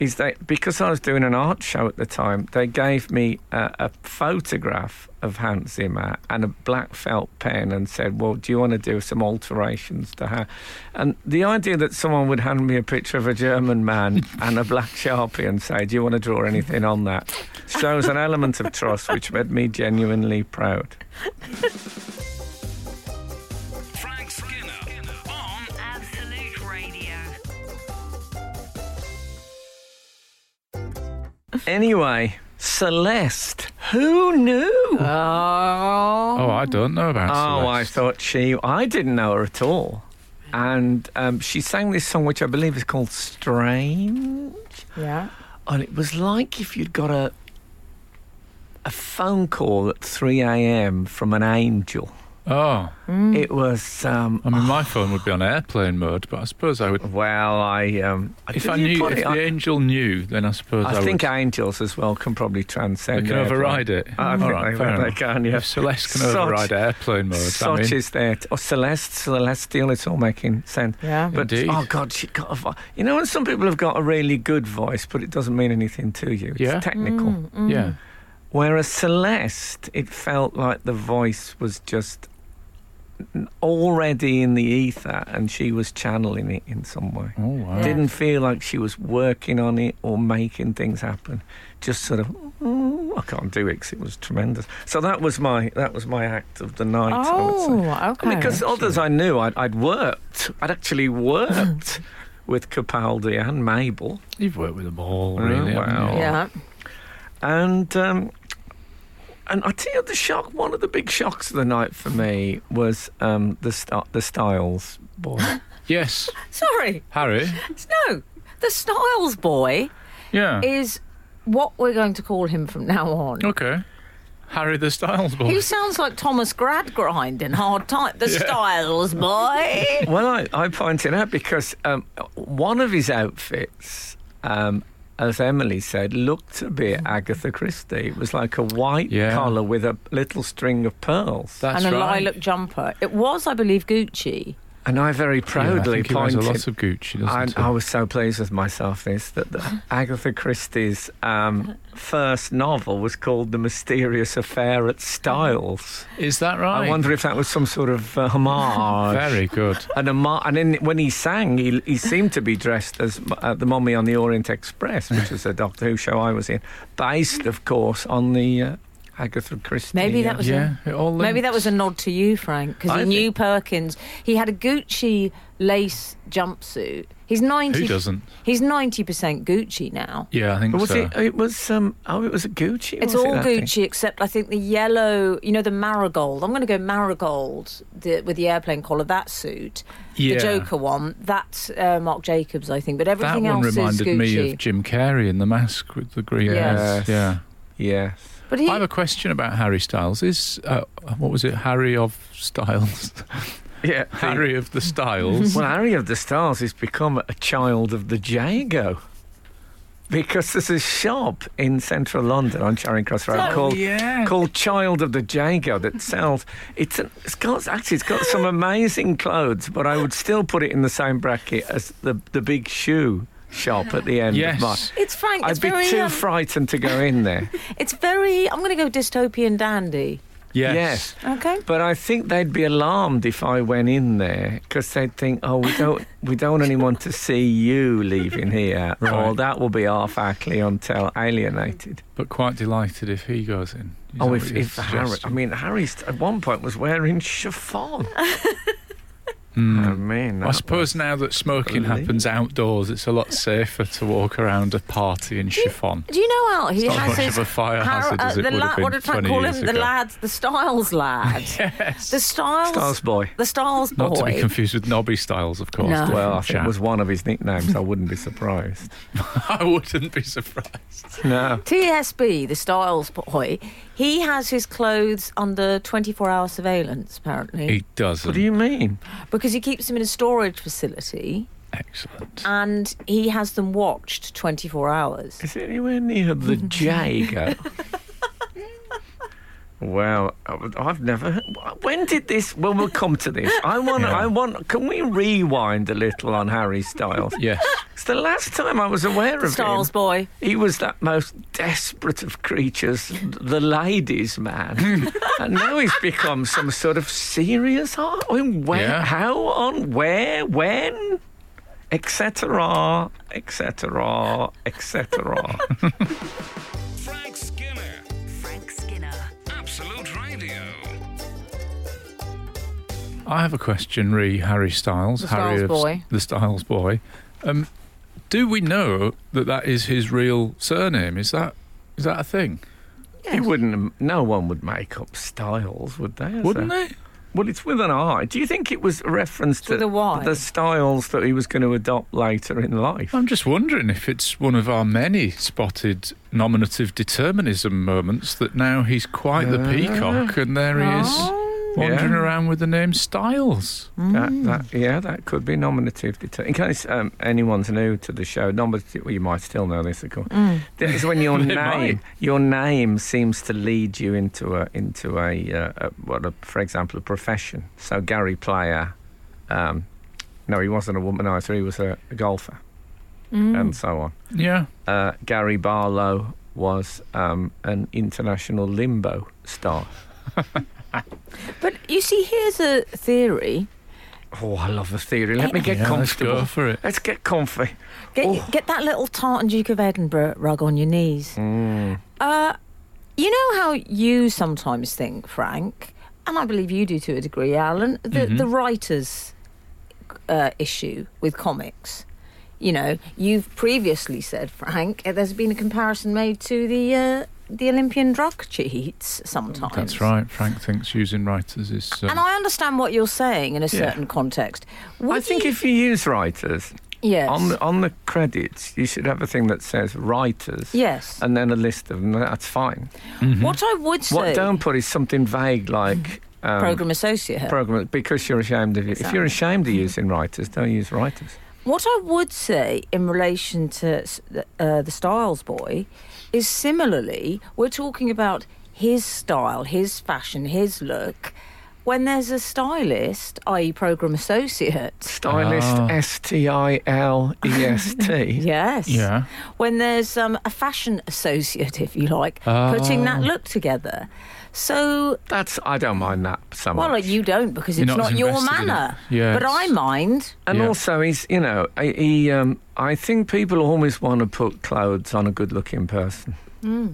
[SPEAKER 1] Is that because I was doing an art show at the time, they gave me a, a photograph of Hans Zimmer and a black felt pen and said, Well, do you want to do some alterations to her? And the idea that someone would hand me a picture of a German man and a black sharpie and say, Do you want to draw anything on that? shows an element of trust which made me genuinely proud.
[SPEAKER 2] Frank Skinner on
[SPEAKER 3] Absolute Radio.
[SPEAKER 1] Anyway, Celeste, who knew?
[SPEAKER 5] Oh, I don't know about
[SPEAKER 1] Oh, I
[SPEAKER 5] Celeste.
[SPEAKER 1] thought she. I didn't know her at all. And um, she sang this song, which I believe is called Strange.
[SPEAKER 4] yeah.
[SPEAKER 1] And it was like if you'd got a a phone call at 3 a.m. from an angel.
[SPEAKER 5] Oh,
[SPEAKER 1] It was. Um,
[SPEAKER 5] I mean, my phone would be on airplane mode, but I suppose I would.
[SPEAKER 1] well, I. Um,
[SPEAKER 5] If
[SPEAKER 1] did
[SPEAKER 5] I
[SPEAKER 1] you
[SPEAKER 5] knew,
[SPEAKER 1] put
[SPEAKER 5] if
[SPEAKER 1] it
[SPEAKER 5] the
[SPEAKER 1] on-
[SPEAKER 5] angel knew, then I suppose I,
[SPEAKER 1] I think
[SPEAKER 5] would.
[SPEAKER 1] angels as well can probably
[SPEAKER 5] they
[SPEAKER 1] transcend.
[SPEAKER 5] can
[SPEAKER 1] airplane.
[SPEAKER 5] override it.
[SPEAKER 1] I think
[SPEAKER 5] All right,
[SPEAKER 1] they-
[SPEAKER 5] fair
[SPEAKER 1] they
[SPEAKER 5] enough.
[SPEAKER 1] can, yeah.
[SPEAKER 5] If Celeste can
[SPEAKER 1] Such-
[SPEAKER 5] override airplane mode, I
[SPEAKER 1] Such
[SPEAKER 5] mean,
[SPEAKER 1] is that. Oh, Celeste, Celestial, it's all making sense.
[SPEAKER 4] Yeah.
[SPEAKER 1] But,
[SPEAKER 5] Indeed.
[SPEAKER 1] oh, God, she got a voice. You know, when some people have got a really good voice, but it doesn't mean anything to you, it's
[SPEAKER 5] Yeah.
[SPEAKER 1] technical.
[SPEAKER 4] Mm.
[SPEAKER 5] yeah.
[SPEAKER 1] Whereas Celeste, it felt like the voice was just n- already in the ether and she was channeling it in some way.
[SPEAKER 5] Oh wow.
[SPEAKER 4] Yeah.
[SPEAKER 1] Didn't feel like she was working on it or making things happen. Just sort of, "Mm, I can't do it 'cause it was tremendous. So that was my that was my act of the night. I would say.
[SPEAKER 4] Oh, okay.
[SPEAKER 1] Because others I knew, I'd, I'd worked. I'd actually worked with Capaldi and Mabel.
[SPEAKER 5] You've worked with them all,
[SPEAKER 1] Oh,
[SPEAKER 5] really.
[SPEAKER 1] wow.
[SPEAKER 5] haven't you?
[SPEAKER 4] yeah.
[SPEAKER 1] And um, and I tell you, the shock, one of the big shocks of the night for me was um, the, st- the Styles boy.
[SPEAKER 5] Yes,
[SPEAKER 4] Sorry.
[SPEAKER 5] Harry.
[SPEAKER 4] No, the Styles boy
[SPEAKER 5] Yeah.
[SPEAKER 4] is what we're going to call him from now on.
[SPEAKER 5] Okay. Harry the Styles boy.
[SPEAKER 4] He sounds like Thomas Gradgrind in Hard Time. The Styles boy.
[SPEAKER 1] well, I, I pointed out because um, one of his outfits, um, as Emily said, looked a bit Agatha Christie. It was like a white
[SPEAKER 5] Yeah.
[SPEAKER 1] collar with a little string of pearls.
[SPEAKER 5] That's
[SPEAKER 4] and a
[SPEAKER 5] right.
[SPEAKER 4] lilac jumper. It was, I believe, Gucci.
[SPEAKER 1] and I very
[SPEAKER 5] Yeah, I
[SPEAKER 1] proudly
[SPEAKER 5] think he wears
[SPEAKER 1] pointed.
[SPEAKER 5] a lot of Gucci,
[SPEAKER 1] I,
[SPEAKER 5] doesn't
[SPEAKER 1] I
[SPEAKER 5] he?
[SPEAKER 1] was so pleased with myself this that the, Agatha Christie's um, first novel was called The Mysterious Affair at Styles.
[SPEAKER 5] Is that right?
[SPEAKER 1] I wonder if that was some sort of uh, homage.
[SPEAKER 5] Very good.
[SPEAKER 1] And, homo- and in, when he sang, he, he seemed to be dressed as uh, the Mummy on the Orient Express, which was a Doctor Who show I was in, based, of course, on the uh, Agatha Christie. uh,
[SPEAKER 4] Maybe
[SPEAKER 1] yeah.
[SPEAKER 4] that was
[SPEAKER 5] Yeah, it all
[SPEAKER 4] Maybe that
[SPEAKER 5] links.
[SPEAKER 4] was a nod to you, Frank, because
[SPEAKER 1] I
[SPEAKER 4] he
[SPEAKER 1] think-
[SPEAKER 4] knew Perkins. He had a Gucci lace jumpsuit. He's ninety.
[SPEAKER 5] Who doesn't?
[SPEAKER 4] He's ninety percent Gucci now.
[SPEAKER 5] Yeah, I think
[SPEAKER 1] But was
[SPEAKER 5] so.
[SPEAKER 1] it? It was um. Oh, it was a Gucci.
[SPEAKER 4] It's
[SPEAKER 1] was it,
[SPEAKER 4] all
[SPEAKER 1] that thing?
[SPEAKER 4] Gucci except I think the yellow, you know, the marigold. I'm going to go marigold the, with the airplane collar. That suit,
[SPEAKER 5] Yeah.
[SPEAKER 4] the Joker one. That's uh, Mark Jacobs, I think. But
[SPEAKER 5] That
[SPEAKER 4] everything
[SPEAKER 5] one
[SPEAKER 4] else
[SPEAKER 5] reminded
[SPEAKER 4] is Gucci.
[SPEAKER 5] me of Jim Carrey in The Mask with the green
[SPEAKER 4] Yes.
[SPEAKER 5] eyes. Yeah.
[SPEAKER 1] Yes.
[SPEAKER 4] but he,
[SPEAKER 5] I have a question about Harry Styles. Is uh, what was it? Harry of Styles.
[SPEAKER 1] Yeah.
[SPEAKER 5] Harry of the
[SPEAKER 4] Mm-hmm.
[SPEAKER 5] Styles.
[SPEAKER 1] Well, Harry of the Stars has become a child of the Jago. Because there's a shop in central London on Charing Cross Road
[SPEAKER 4] Oh,
[SPEAKER 1] called
[SPEAKER 5] yeah.
[SPEAKER 1] called Child of the Jago that sells it's an, it's got actually it's got some amazing clothes, but I would still put it in the same bracket as the the big shoe shop at the end of my
[SPEAKER 5] yes.
[SPEAKER 4] it's Frank. It's
[SPEAKER 1] I'd be
[SPEAKER 4] very,
[SPEAKER 1] too
[SPEAKER 4] um,
[SPEAKER 1] frightened to go in there.
[SPEAKER 4] it's very. I'm going to go dystopian dandy.
[SPEAKER 5] Yes.
[SPEAKER 4] Okay.
[SPEAKER 1] But I think they'd be alarmed if I went in there because they'd think, "Oh, we don't, we don't want anyone to see you leaving here, or
[SPEAKER 5] Right.
[SPEAKER 1] that will be half our clientele alienated."
[SPEAKER 5] But quite delighted if he goes in. Is
[SPEAKER 1] oh,
[SPEAKER 5] that
[SPEAKER 1] if,
[SPEAKER 5] what you're
[SPEAKER 1] if Harry, I
[SPEAKER 5] suggesting?
[SPEAKER 1] mean, Harry st- at one point was wearing chiffon.
[SPEAKER 5] Hmm.
[SPEAKER 1] I mean,
[SPEAKER 5] I
[SPEAKER 1] that
[SPEAKER 5] suppose now that smoking
[SPEAKER 1] Believe-
[SPEAKER 5] happens outdoors, it's a lot safer to walk around a party in chiffon.
[SPEAKER 4] Do you know Al? He
[SPEAKER 5] Not
[SPEAKER 4] has
[SPEAKER 5] much
[SPEAKER 4] his
[SPEAKER 5] of a fire
[SPEAKER 4] Har-
[SPEAKER 5] hazard
[SPEAKER 4] uh,
[SPEAKER 5] as it
[SPEAKER 4] the
[SPEAKER 5] would have
[SPEAKER 4] la-
[SPEAKER 5] been
[SPEAKER 4] what did Frank
[SPEAKER 5] 20
[SPEAKER 4] call
[SPEAKER 5] years
[SPEAKER 4] him? The
[SPEAKER 5] ago.
[SPEAKER 4] lad, the Styles lad.
[SPEAKER 5] Yes.
[SPEAKER 4] The Styles.
[SPEAKER 1] was Styles boy.
[SPEAKER 4] The Styles boy.
[SPEAKER 5] Not to be confused with Nobby Styles, of course.
[SPEAKER 4] No.
[SPEAKER 5] different
[SPEAKER 1] Well, I think
[SPEAKER 5] chap.
[SPEAKER 1] it was one of his nicknames. I wouldn't be surprised.
[SPEAKER 5] I wouldn't be surprised.
[SPEAKER 1] No,
[SPEAKER 4] TSB, the Styles boy, he has his clothes under 24 hour surveillance, apparently,
[SPEAKER 5] He doesn't.
[SPEAKER 1] what do you mean?
[SPEAKER 4] because he keeps them in a storage facility
[SPEAKER 5] Excellent.
[SPEAKER 4] and he has them watched 24 hours.
[SPEAKER 1] Is it anywhere near the Jago? well, I- I've never. When did this? Well, we'll come to this. I want.
[SPEAKER 5] Yeah.
[SPEAKER 1] I want. Can we rewind a little on Harry Styles?
[SPEAKER 5] Yes.
[SPEAKER 1] It's the last time I was aware of
[SPEAKER 4] Styles
[SPEAKER 1] him.
[SPEAKER 4] boy.
[SPEAKER 1] He was that most desperate of creatures, the ladies' man, and now he's become some sort of serious. I mean, where,
[SPEAKER 5] Yeah.
[SPEAKER 1] how, on, where, when, etc., etc., etc.
[SPEAKER 2] Frank Skinner.
[SPEAKER 3] Frank Skinner.
[SPEAKER 2] Absolute Radio.
[SPEAKER 5] I have a question, re Harry Styles,
[SPEAKER 4] The
[SPEAKER 5] Harry
[SPEAKER 4] Styles
[SPEAKER 5] of
[SPEAKER 4] boy.
[SPEAKER 5] the Styles boy. Um, do we know that that is his real surname? Is that is that a thing?
[SPEAKER 1] You wouldn't. No one would make up styles, would they? as
[SPEAKER 5] Wouldn't
[SPEAKER 1] a-
[SPEAKER 5] they?
[SPEAKER 1] Well, it's with an I. Do you think it was a reference to
[SPEAKER 4] with a Y.
[SPEAKER 1] the styles that he was going to adopt later in life?
[SPEAKER 5] I'm just wondering if it's one of our many spotted nominative determinism moments that now he's quite the peacock and there he is
[SPEAKER 4] Oh,
[SPEAKER 5] wandering
[SPEAKER 1] Oh. Yeah.
[SPEAKER 5] around with the name Styles.
[SPEAKER 1] That, that, yeah, that could be nominative. Deter- in case um, anyone's new to the show, nominative. Well, you might still know this, of course. This is when your
[SPEAKER 5] It
[SPEAKER 1] name,
[SPEAKER 5] might.
[SPEAKER 1] your name seems to lead you into a into a, uh, a what, a, for example, a profession. So Gary Player. Um, no, he wasn't a womanizer. He was a, a golfer, and so on.
[SPEAKER 5] Yeah.
[SPEAKER 1] uh, Gary Barlow was um, an international limbo star.
[SPEAKER 4] But you see, here's a theory.
[SPEAKER 1] Oh, I love the theory. Let me get
[SPEAKER 5] Yeah, let's
[SPEAKER 1] comfortable.
[SPEAKER 5] go for it.
[SPEAKER 1] Let's get comfy.
[SPEAKER 4] Get,
[SPEAKER 1] Oh.
[SPEAKER 4] get that little tartan Duke of Edinburgh rug on your knees.
[SPEAKER 1] Mm.
[SPEAKER 4] Uh, you know how you sometimes think, Frank, and I believe you do to a degree, Alan, the,
[SPEAKER 1] Mm-hmm.
[SPEAKER 4] the writers' uh, issue with comics. You know, you've previously said, Frank, uh, there's been a comparison made to the uh, the Olympian drug cheats sometimes.
[SPEAKER 5] That's right. Frank thinks using writers is. Um,
[SPEAKER 4] And I understand what you're saying in a certain context. Would
[SPEAKER 1] I think
[SPEAKER 4] you-
[SPEAKER 1] if you use writers
[SPEAKER 4] yes,
[SPEAKER 1] on the, on the credits, you should have a thing that says writers.
[SPEAKER 4] yes.
[SPEAKER 1] And then a list of them. That's fine.
[SPEAKER 4] What I would say,
[SPEAKER 1] Mm-hmm. What don't put is something vague like. Um,
[SPEAKER 4] program associate.
[SPEAKER 1] Program because you're ashamed of it. If you're ashamed of using writers, don't use writers.
[SPEAKER 4] What I would say in relation to s- the- uh, the Styles boy is similarly, we're talking about his style, his fashion, his look. When there's a stylist, i.e., program associate,
[SPEAKER 1] Stylist,
[SPEAKER 5] Ah.
[SPEAKER 1] S T I L E S T.
[SPEAKER 4] yes,
[SPEAKER 5] Yeah.
[SPEAKER 4] When there's um, a fashion associate, if you like, putting that
[SPEAKER 5] Oh.
[SPEAKER 4] look together. So,
[SPEAKER 1] That's I don't mind that so much.
[SPEAKER 4] well, like, you don't because
[SPEAKER 5] You're
[SPEAKER 4] it's
[SPEAKER 5] not
[SPEAKER 4] not,
[SPEAKER 5] as
[SPEAKER 4] your
[SPEAKER 5] invested in
[SPEAKER 4] manner.
[SPEAKER 5] it. Yeah,
[SPEAKER 4] but I
[SPEAKER 5] it's-
[SPEAKER 4] mind.
[SPEAKER 1] And
[SPEAKER 5] Yeah.
[SPEAKER 1] also, he's you know I- he. Um, I think people always want to put clothes on a good-looking person.
[SPEAKER 5] out.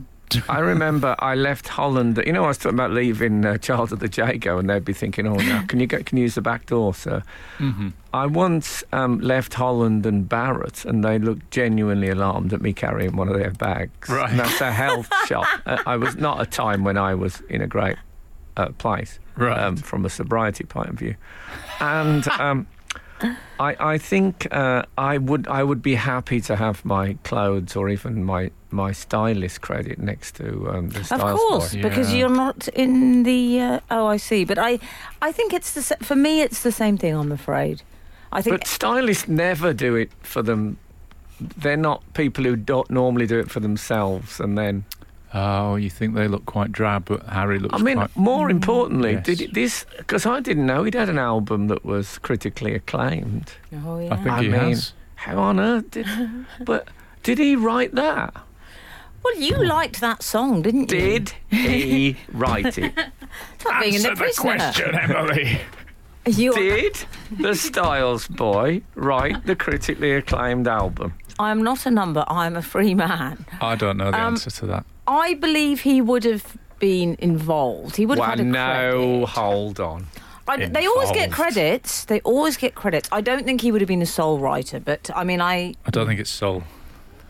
[SPEAKER 1] I remember I left Holland. You know, I was talking about leaving uh, Child of the Jago, and they'd be thinking, "Oh, now can you go, can you use the back door, sir?"
[SPEAKER 5] Mm-hmm.
[SPEAKER 1] I once um, left Holland and Barrett, and they looked genuinely alarmed at me carrying one of their bags.
[SPEAKER 5] Right.
[SPEAKER 1] And that's a health shop. I, I was not a time when I was in a great uh, place
[SPEAKER 5] Right.
[SPEAKER 1] um, from a sobriety point of view, and. Um, I, I think uh, I would I would be happy to have my clothes or even my my stylist credit next to um, the
[SPEAKER 4] Of
[SPEAKER 1] style
[SPEAKER 4] course,
[SPEAKER 1] spot.
[SPEAKER 4] because
[SPEAKER 5] Yeah.
[SPEAKER 4] you're not in the. Uh, oh, I see. But I, I think it's the. sa- For me, it's the same thing. I'm afraid. I think
[SPEAKER 1] But stylists never do it for them. They're not people who don't normally do it for themselves. And then,
[SPEAKER 5] Oh, you think they look quite dry, but Harry looks.
[SPEAKER 1] I mean,
[SPEAKER 5] quite... Mm,
[SPEAKER 1] more importantly,
[SPEAKER 5] yes.
[SPEAKER 1] did it, this because I didn't know he'd had an album that was critically acclaimed.
[SPEAKER 4] Oh
[SPEAKER 5] I
[SPEAKER 4] yeah.
[SPEAKER 5] think
[SPEAKER 1] I
[SPEAKER 5] he
[SPEAKER 1] mean-
[SPEAKER 5] has.
[SPEAKER 1] How on earth did? but did he write that?
[SPEAKER 4] Well, you liked that song, didn't you?
[SPEAKER 1] Did he write it?
[SPEAKER 4] It's like being in the prisoner.
[SPEAKER 5] Emily.
[SPEAKER 4] You
[SPEAKER 1] Did the Styles Boy write the critically acclaimed album?
[SPEAKER 4] I am not a number. I am a free man.
[SPEAKER 5] I don't know the
[SPEAKER 4] Um,
[SPEAKER 5] answer to that.
[SPEAKER 4] I believe he would have been involved. He would
[SPEAKER 1] Well,
[SPEAKER 4] have had a
[SPEAKER 1] no, hold on.
[SPEAKER 4] credit. I, they always get
[SPEAKER 5] involved.
[SPEAKER 4] credits. They always get credits. I don't think he would have been the sole writer, but I mean, I
[SPEAKER 5] I don't think it's soul.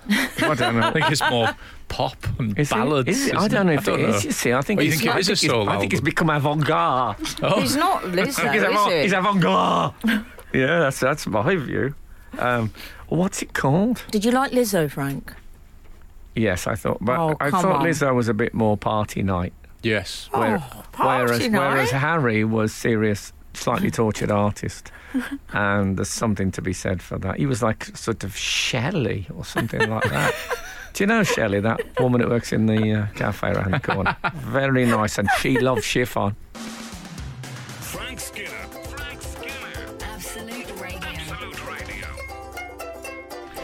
[SPEAKER 1] I don't know.
[SPEAKER 5] I think it's more pop and
[SPEAKER 1] Is it-
[SPEAKER 5] ballads.
[SPEAKER 1] is it? I
[SPEAKER 5] isn't
[SPEAKER 1] don't know if
[SPEAKER 5] I don't
[SPEAKER 1] it is. You see, I think
[SPEAKER 5] Oh, you
[SPEAKER 1] it's,
[SPEAKER 5] think it
[SPEAKER 1] I
[SPEAKER 5] is a
[SPEAKER 1] think it's-
[SPEAKER 5] solo
[SPEAKER 1] I think it's
[SPEAKER 5] album?
[SPEAKER 1] become avant-garde.
[SPEAKER 4] he's not Lizzo,
[SPEAKER 1] he's, avant-
[SPEAKER 4] is
[SPEAKER 1] he's
[SPEAKER 4] he?
[SPEAKER 1] avant-garde. yeah, that's that's my view. Um, what's it called?
[SPEAKER 4] Did you like Lizzo, Frank?
[SPEAKER 1] Yes, I thought, but
[SPEAKER 4] Oh,
[SPEAKER 1] I
[SPEAKER 4] come
[SPEAKER 1] thought
[SPEAKER 4] on.
[SPEAKER 1] Lizzo was a bit more party night.
[SPEAKER 5] Yes.
[SPEAKER 4] Oh, party
[SPEAKER 1] whereas,
[SPEAKER 4] night.
[SPEAKER 1] whereas Harry was serious, slightly tortured artist, and there's something to be said for that. He was like sort of Shelley or something like that. Do you know Shelley, that woman that works in the uh, cafe around the corner? Very nice, and she loves chiffon.
[SPEAKER 2] Frank Skinner. Frank Skinner.
[SPEAKER 3] Absolute Radio.
[SPEAKER 2] Absolute Radio.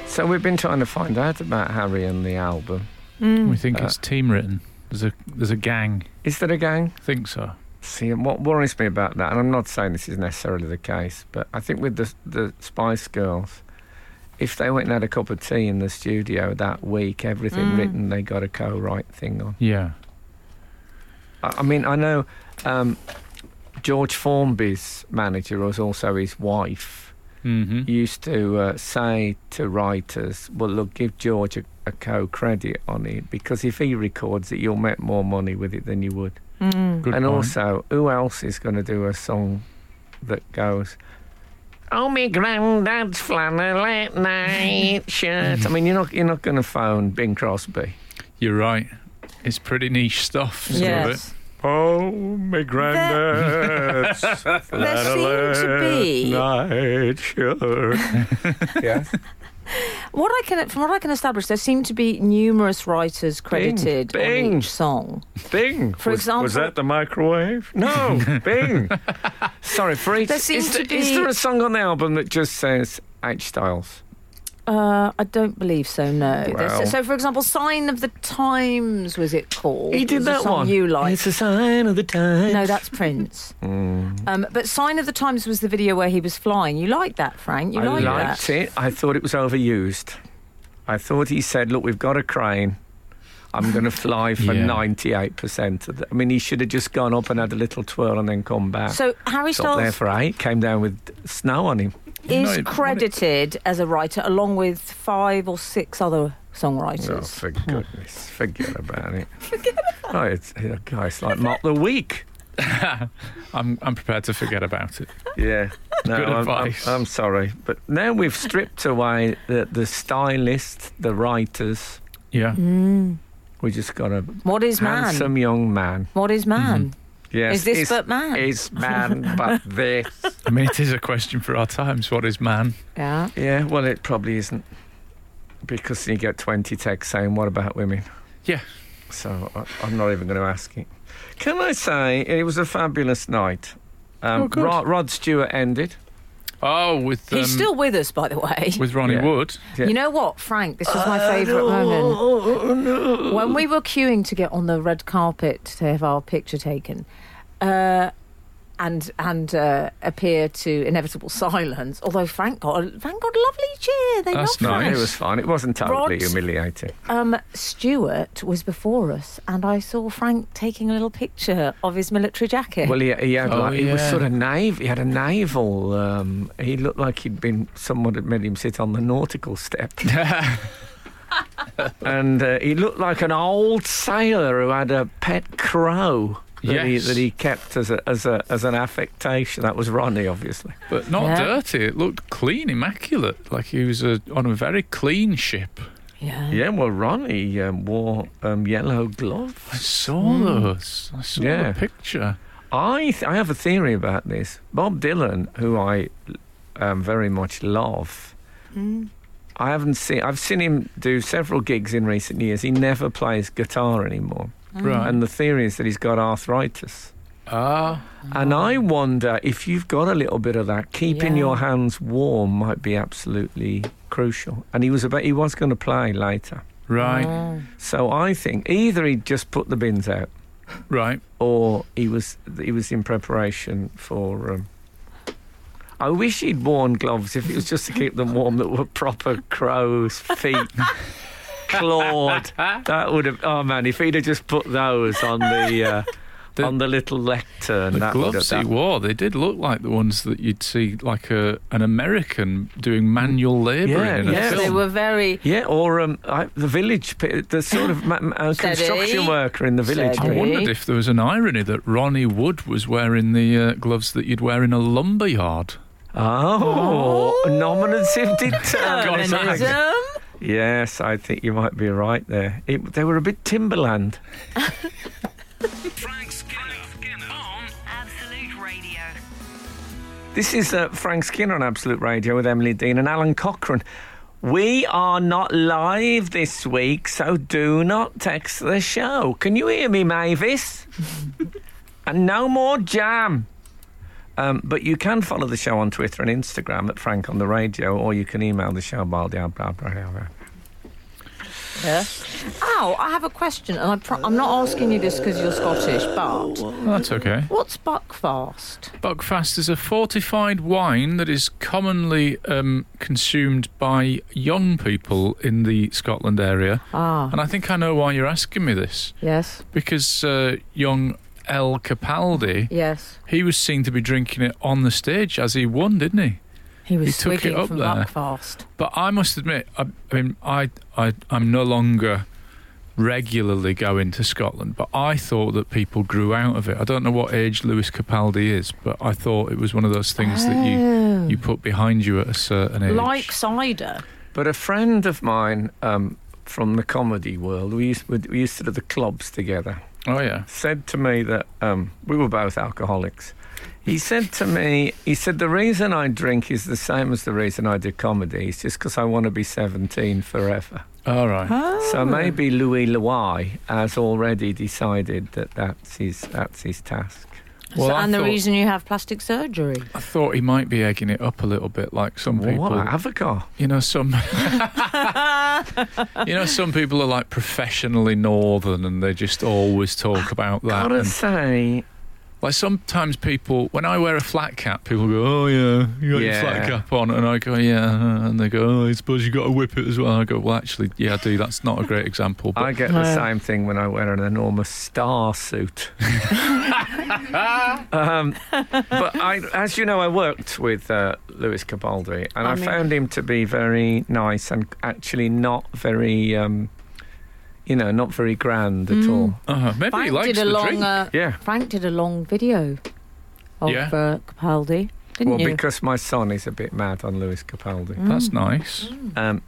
[SPEAKER 1] So we've been trying to find out about Harry and the album. Mm.
[SPEAKER 5] We think
[SPEAKER 1] Uh,
[SPEAKER 5] it's team written. There's a there's a gang.
[SPEAKER 1] Is there a gang?
[SPEAKER 5] I think so.
[SPEAKER 1] See, and what worries me about that, and I'm not saying this is necessarily the case, but I think with the the Spice Girls, if they went and had a cup of tea in the studio that week, everything written, they got a co-write thing on.
[SPEAKER 5] Yeah.
[SPEAKER 1] I, I mean, I know um, George Formby's manager was also his wife.
[SPEAKER 5] Mm-hmm.
[SPEAKER 1] Used to uh, say to writers, "Well, look, give George a, a co-credit on it because if he records it, you'll make more money with it than you would."
[SPEAKER 5] Good
[SPEAKER 1] and
[SPEAKER 5] point.
[SPEAKER 1] also, who else is going to do a song that goes, "Oh, my granddad's flannelette night shirt"? I mean, you're not you're not going to phone Bing Crosby.
[SPEAKER 5] You're right. It's pretty niche stuff. some of it.
[SPEAKER 4] Yes.
[SPEAKER 1] Oh, my granddad's
[SPEAKER 4] There seemed to be.
[SPEAKER 1] night shirt. yes.
[SPEAKER 4] What I can, from what I can establish, there seem to be numerous writers credited on
[SPEAKER 1] Bing.
[SPEAKER 4] each song.
[SPEAKER 1] Bing.
[SPEAKER 4] For
[SPEAKER 1] was,
[SPEAKER 4] example-
[SPEAKER 1] was that the microwave? No, Bing. Sorry, for each.
[SPEAKER 4] There
[SPEAKER 1] is,
[SPEAKER 4] seems
[SPEAKER 1] there-
[SPEAKER 4] to
[SPEAKER 1] is
[SPEAKER 4] be-
[SPEAKER 1] there a song on the album that just says H Styles?
[SPEAKER 4] Uh, I don't believe so. No. There's-
[SPEAKER 1] Well.
[SPEAKER 4] So, for example, "Sign of the Times" was it called?
[SPEAKER 1] He
[SPEAKER 4] It
[SPEAKER 1] did
[SPEAKER 4] was a
[SPEAKER 1] that
[SPEAKER 4] song
[SPEAKER 1] one.
[SPEAKER 4] You like?
[SPEAKER 1] It's a sign of the times.
[SPEAKER 4] No, that's Prince. Um, but "Sign of the Times" was the video where he was flying. You liked that, Frank? You
[SPEAKER 1] I
[SPEAKER 4] liked,
[SPEAKER 1] liked
[SPEAKER 4] that?
[SPEAKER 1] it. I thought it was overused. I thought he said, "Look, we've got a crane. I'm going to fly for
[SPEAKER 5] Yeah.
[SPEAKER 1] ninety-eight percent of the." I mean, he should have just gone up and had a little twirl and then come back.
[SPEAKER 4] So Harry
[SPEAKER 1] He's up there
[SPEAKER 4] Styles
[SPEAKER 1] for eight. Came down with snow on him.
[SPEAKER 5] No,
[SPEAKER 4] is
[SPEAKER 5] it-
[SPEAKER 4] credited as a writer along with five or six
[SPEAKER 1] Oh,
[SPEAKER 4] other songwriters.
[SPEAKER 1] for goodness! Forget about it. Oh, it's, oh, God, it's like Mark the Week.
[SPEAKER 5] I'm I'm prepared to forget about it.
[SPEAKER 1] Yeah. No,
[SPEAKER 5] Good
[SPEAKER 1] I'm,
[SPEAKER 5] advice.
[SPEAKER 1] I'm, I'm sorry, but now we've stripped away the, the stylist, the writers.
[SPEAKER 5] Yeah.
[SPEAKER 4] Mm.
[SPEAKER 1] We just got a
[SPEAKER 4] What is man?
[SPEAKER 1] handsome Mm-hmm. young man.
[SPEAKER 4] What is man?
[SPEAKER 1] Yes,
[SPEAKER 4] Is this
[SPEAKER 1] it's-
[SPEAKER 4] but man?
[SPEAKER 1] Is man but this?
[SPEAKER 5] I mean, it is a question for our times. What is man?
[SPEAKER 4] Yeah.
[SPEAKER 1] Yeah, well, it probably isn't because you get 20 texts saying, What about women?
[SPEAKER 5] Yeah.
[SPEAKER 1] So I, I'm not even going to ask it. Can I say it was a fabulous night? Um,
[SPEAKER 5] Oh, good.
[SPEAKER 1] Ro- Rod Stewart ended.
[SPEAKER 5] Oh, with um,
[SPEAKER 4] He's still with us, by the way.
[SPEAKER 5] with Ronnie
[SPEAKER 1] Yeah.
[SPEAKER 5] Wood.
[SPEAKER 1] Yeah.
[SPEAKER 4] You know what, Frank? This was my favourite moment.
[SPEAKER 1] Oh, no.
[SPEAKER 4] When we were queuing to get on the red carpet to have our picture taken, uh, and and uh, appear to inevitable silence. Although, thank God, thank God, lovely cheer. They
[SPEAKER 5] That's
[SPEAKER 4] loved
[SPEAKER 5] nice.
[SPEAKER 1] It
[SPEAKER 4] us.
[SPEAKER 1] was fine. It wasn't totally
[SPEAKER 4] Rod-
[SPEAKER 1] humiliating.
[SPEAKER 4] Um, Stuart was before us, and I saw Frank taking a little picture of his military jacket.
[SPEAKER 1] Well, he, he had
[SPEAKER 5] Oh,
[SPEAKER 1] like he was
[SPEAKER 5] yeah.
[SPEAKER 1] sort of naive. He had a naval. Um, he looked like he'd been. Someone had made him sit on the nautical step, and uh, he looked like an old sailor who had a pet crow. That, he,
[SPEAKER 5] Yes.
[SPEAKER 1] that he kept as a, as a as an affectation. That was Ronnie, obviously.
[SPEAKER 5] but not
[SPEAKER 4] Yeah.
[SPEAKER 5] dirty. It looked clean, immaculate. Like he was uh on a very clean ship.
[SPEAKER 4] yeah.
[SPEAKER 1] Yeah, well, Ronnie um, wore um, yellow
[SPEAKER 5] I
[SPEAKER 1] gloves.
[SPEAKER 5] saw those. I saw
[SPEAKER 1] Yeah.
[SPEAKER 5] the picture.
[SPEAKER 1] I th- I have a theory about this. Bob Dylan, who I um, very much love, I haven't seen. I've seen him do several gigs in recent years. He never plays guitar anymore,
[SPEAKER 5] Right.
[SPEAKER 1] and the theory is that he's got arthritis.
[SPEAKER 5] ah,
[SPEAKER 1] And I wonder if you've got a little bit of that, keeping
[SPEAKER 4] Yeah.
[SPEAKER 1] your hands warm might be absolutely crucial. And he was about he was going to play later,
[SPEAKER 5] right,
[SPEAKER 4] Oh.
[SPEAKER 1] so I think either he just put the bins out,
[SPEAKER 5] right.
[SPEAKER 1] or he was he was in preparation for. Um, I wish he'd worn gloves if it was just to keep them warm that were proper crow's feet. Clawed. That would have. Oh man, if he'd have just put those on the, uh,
[SPEAKER 5] The-
[SPEAKER 1] on the little lectern,
[SPEAKER 5] The
[SPEAKER 1] that would have
[SPEAKER 5] gloves he
[SPEAKER 1] done.
[SPEAKER 5] wore, they did look like the ones that you'd see like a an American doing manual labour
[SPEAKER 1] Yeah,
[SPEAKER 5] in a
[SPEAKER 1] yeah.
[SPEAKER 4] Yes,
[SPEAKER 5] film.
[SPEAKER 4] they were very.
[SPEAKER 1] Yeah, or um, I, the village, pe- the sort of ma- ma- uh,
[SPEAKER 4] Steady.
[SPEAKER 1] construction worker in the village.
[SPEAKER 5] I
[SPEAKER 4] Steady.
[SPEAKER 1] bit.
[SPEAKER 5] wondered if there was an irony that Ronnie Wood was wearing the uh, gloves that you'd wear in a lumber yard.
[SPEAKER 1] Oh, nominative determinism.
[SPEAKER 4] Feminism.
[SPEAKER 1] Yes, I think you might be right there. It, they were a bit Timberland.
[SPEAKER 2] Frank Skinner, on
[SPEAKER 3] Absolute Radio.
[SPEAKER 1] This is uh, Frank Skinner on Absolute Radio with Emily Dean and Alan Cochrane. We are not live this week, so do not text the show. Can you hear me, Mavis? and no more jam. Um, but you can follow the show on Twitter and Instagram at Frank on the Radio, or you can email the show. Blah, blah, blah, blah, blah.
[SPEAKER 4] Yeah. Ow, I have a question, and I pro- I'm not asking you this because you're Scottish, but
[SPEAKER 5] Well, that's okay.
[SPEAKER 4] what's Buckfast?
[SPEAKER 5] Buckfast is a fortified wine that is commonly um, consumed by young people in the Scotland area.
[SPEAKER 4] Ah,
[SPEAKER 5] And I think I know why you're asking me this.
[SPEAKER 4] yes,
[SPEAKER 5] Because uh, young El Capaldi,
[SPEAKER 4] yes.
[SPEAKER 5] he was seen to be drinking it on the stage as he won, didn't he?
[SPEAKER 4] He was
[SPEAKER 5] He took it
[SPEAKER 4] swigging
[SPEAKER 5] up
[SPEAKER 4] from
[SPEAKER 5] there.
[SPEAKER 4] Buckfast.
[SPEAKER 5] But I must admit, I, I mean, I, I, I'm no longer regularly going to Scotland, but I thought that people grew out of it. I don't know what age Lewis Capaldi is, but I thought it was one of those things that you
[SPEAKER 4] Oh.
[SPEAKER 5] you put behind you at a certain age.
[SPEAKER 4] like cider.
[SPEAKER 1] But a friend of mine um, from the comedy world, we used, we used to do the clubs together.
[SPEAKER 5] oh yeah,
[SPEAKER 1] said to me that um, we were both alcoholics. He said to me, he said, the reason I drink is the same as the reason I do comedy. It's just because I want to be 17 forever.
[SPEAKER 5] all right.
[SPEAKER 1] So maybe Louis Louis has already decided that that's his, that's his task.
[SPEAKER 5] Well,
[SPEAKER 4] So-
[SPEAKER 5] I
[SPEAKER 4] and the
[SPEAKER 5] thought-
[SPEAKER 4] reason you have plastic surgery.
[SPEAKER 5] I thought he might be egging it up a little bit, like some people.
[SPEAKER 1] What? Avocar?
[SPEAKER 5] You know, some. you know, some people are like professionally northern, and they just always talk about that.
[SPEAKER 1] Gotta
[SPEAKER 5] and-
[SPEAKER 1] say,
[SPEAKER 5] Like sometimes people, when I wear a flat cap, people go, "Oh yeah, you got
[SPEAKER 1] Yeah.
[SPEAKER 5] your flat cap on," and I go, "Yeah," and they go, "Oh, I suppose you got to whip it as well." I go, "Well, actually, yeah, I do. That's not a great example." But
[SPEAKER 1] I get the
[SPEAKER 4] Yeah.
[SPEAKER 1] same thing when I wear an enormous star suit. um, but I, as you know, I worked with uh, Lewis Capaldi, and I,
[SPEAKER 4] I mean-
[SPEAKER 1] found him to be very nice and actually not very, um, you know, not very grand
[SPEAKER 4] Mm.
[SPEAKER 1] at all.
[SPEAKER 5] uh, maybe he
[SPEAKER 4] Frank
[SPEAKER 5] likes
[SPEAKER 4] did a
[SPEAKER 5] the
[SPEAKER 4] long.
[SPEAKER 5] drink.
[SPEAKER 4] Uh,
[SPEAKER 1] Yeah.
[SPEAKER 4] Frank did a long video of
[SPEAKER 5] Yeah.
[SPEAKER 4] uh, Capaldi, didn't
[SPEAKER 1] well,
[SPEAKER 4] you?
[SPEAKER 1] because my son is a bit mad on Lewis Capaldi.
[SPEAKER 5] That's nice.
[SPEAKER 4] Mm.
[SPEAKER 1] Um,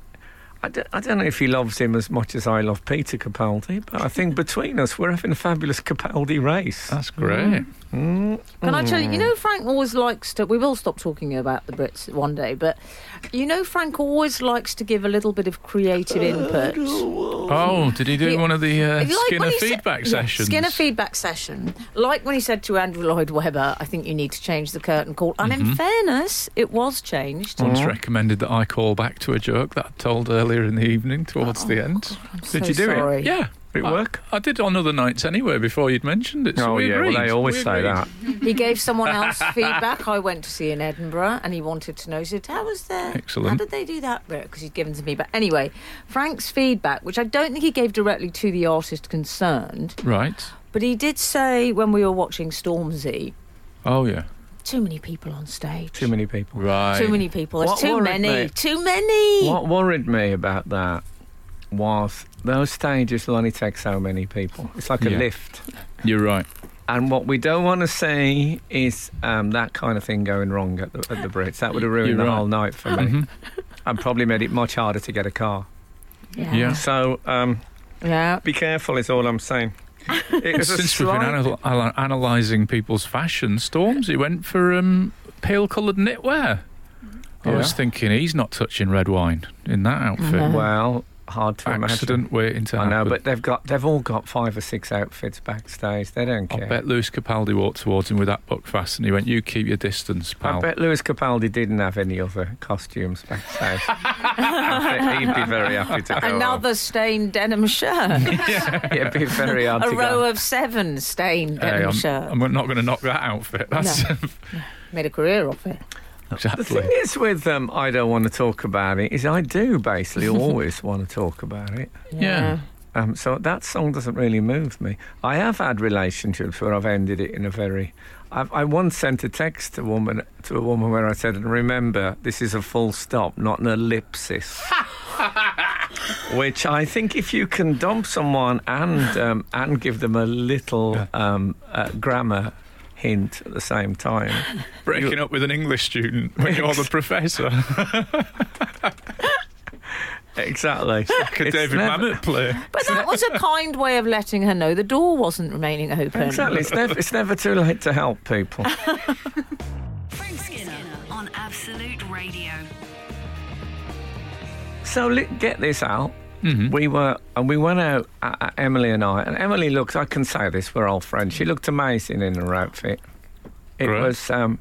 [SPEAKER 1] I, d- I don't know if he loves him as much as I love Peter Capaldi, but I think between us, we're having a fabulous Capaldi race.
[SPEAKER 5] That's great.
[SPEAKER 1] Mm.
[SPEAKER 4] Can I tell you? You know, Frank always likes to. We will stop talking about the Brits one day, but you know, Frank always likes to give a little bit of creative input.
[SPEAKER 5] Oh, did he do
[SPEAKER 4] He-
[SPEAKER 5] one of the uh,
[SPEAKER 4] Like when
[SPEAKER 5] Skinner
[SPEAKER 4] he said-
[SPEAKER 5] feedback
[SPEAKER 4] yeah,
[SPEAKER 5] sessions?
[SPEAKER 4] Skinner feedback session. Like when he said to Andrew Lloyd Webber, I think you need to change the curtain call. And
[SPEAKER 5] Mm-hmm.
[SPEAKER 4] in fairness, it was changed.
[SPEAKER 1] Mm.
[SPEAKER 5] Once recommended that I call back to a joke that I told earlier in the evening towards the end.
[SPEAKER 4] I'm
[SPEAKER 5] Did
[SPEAKER 4] so
[SPEAKER 5] you do
[SPEAKER 4] sorry.
[SPEAKER 5] it? Yeah.
[SPEAKER 1] Did it work?
[SPEAKER 5] I did on other nights anyway before you'd mentioned it. So
[SPEAKER 1] oh
[SPEAKER 5] we
[SPEAKER 1] yeah,
[SPEAKER 5] agreed.
[SPEAKER 1] well they always
[SPEAKER 5] We
[SPEAKER 1] say
[SPEAKER 5] agreed.
[SPEAKER 1] that.
[SPEAKER 4] He gave someone else feedback. I went to see in Edinburgh, and he wanted to know. He said, "How was the? How
[SPEAKER 5] Excellent.
[SPEAKER 4] did they do that bit? Because he'd given to me." But anyway, Frank's feedback, which I don't think he gave directly to the artist concerned,
[SPEAKER 5] Right.
[SPEAKER 4] but he did say when we were watching Stormzy,
[SPEAKER 5] Oh yeah.
[SPEAKER 4] too many people on stage.
[SPEAKER 1] Too many people.
[SPEAKER 5] Right.
[SPEAKER 4] Too many people. There's
[SPEAKER 1] What
[SPEAKER 4] too
[SPEAKER 1] worried
[SPEAKER 4] many.
[SPEAKER 1] me-
[SPEAKER 4] Too many.
[SPEAKER 1] What worried me about that was those stages will only take so many people. It's like a
[SPEAKER 5] Yeah.
[SPEAKER 1] lift.
[SPEAKER 5] You're right.
[SPEAKER 1] And what we don't want to see is um, that kind of thing going wrong at the, at the Brits. That would have ruined
[SPEAKER 5] You're
[SPEAKER 1] the
[SPEAKER 5] right. Mm-hmm.
[SPEAKER 1] whole night for me, and probably made it much harder to get a car.
[SPEAKER 4] Yeah.
[SPEAKER 5] Yeah.
[SPEAKER 1] So um,
[SPEAKER 4] Yeah.
[SPEAKER 1] be careful, is all I'm saying. It was a
[SPEAKER 5] Since we've been
[SPEAKER 1] slight-
[SPEAKER 5] anal- anal- analysing people's fashion, Stormzy went for um, pale-coloured knitwear. I was
[SPEAKER 1] Yeah. Mm-hmm.
[SPEAKER 5] thinking he's not touching red wine in that outfit.
[SPEAKER 1] well, hard to imagine.
[SPEAKER 5] Accident waiting to
[SPEAKER 1] I
[SPEAKER 5] happen.
[SPEAKER 1] know, but they've got they've all got five or six outfits backstage. They don't
[SPEAKER 5] I
[SPEAKER 1] care.
[SPEAKER 5] bet Lewis Capaldi walked towards him with that book fast, and he went, "You keep your distance,
[SPEAKER 1] I
[SPEAKER 5] pal."
[SPEAKER 1] bet Lewis Capaldi didn't have any other costumes backstage. I think he'd be very happy to go.
[SPEAKER 4] Another stained denim shirt.
[SPEAKER 1] on. It'd be very hard
[SPEAKER 4] A
[SPEAKER 1] to
[SPEAKER 4] row
[SPEAKER 1] go.
[SPEAKER 4] of seven stained
[SPEAKER 5] Hey,
[SPEAKER 4] denim
[SPEAKER 5] I'm,
[SPEAKER 4] shirt.
[SPEAKER 5] I'm not going to knock that outfit. That's
[SPEAKER 4] Made a career of it.
[SPEAKER 1] the
[SPEAKER 5] exactly.
[SPEAKER 1] thing is with um, I don't want to talk about it is I do basically always want to talk about it.
[SPEAKER 5] Yeah.
[SPEAKER 1] Um, so that song doesn't really move me. I have had relationships where I've ended it in a very. I've, I once sent a text to a woman to a woman where I said, "And remember, this is a full stop, not an ellipsis." Which I think, if you can dump someone and um, and give them a little um, uh, grammar hint at the same time,
[SPEAKER 5] Breaking up with an English student when you're the professor.
[SPEAKER 1] exactly.
[SPEAKER 5] Could
[SPEAKER 1] It's
[SPEAKER 5] David
[SPEAKER 1] never-
[SPEAKER 5] Mamet play?
[SPEAKER 4] But that was a kind way of letting her know the door wasn't remaining open.
[SPEAKER 1] Exactly. It's never, it's never too late to help people.
[SPEAKER 3] Frank Skinner on Absolute Radio.
[SPEAKER 1] So li- get this out. We were and we went out. Uh, uh, Emily and I and Emily looked. I can say this. We're old friends. She looked amazing in her outfit. It
[SPEAKER 5] Right.
[SPEAKER 1] was. Um,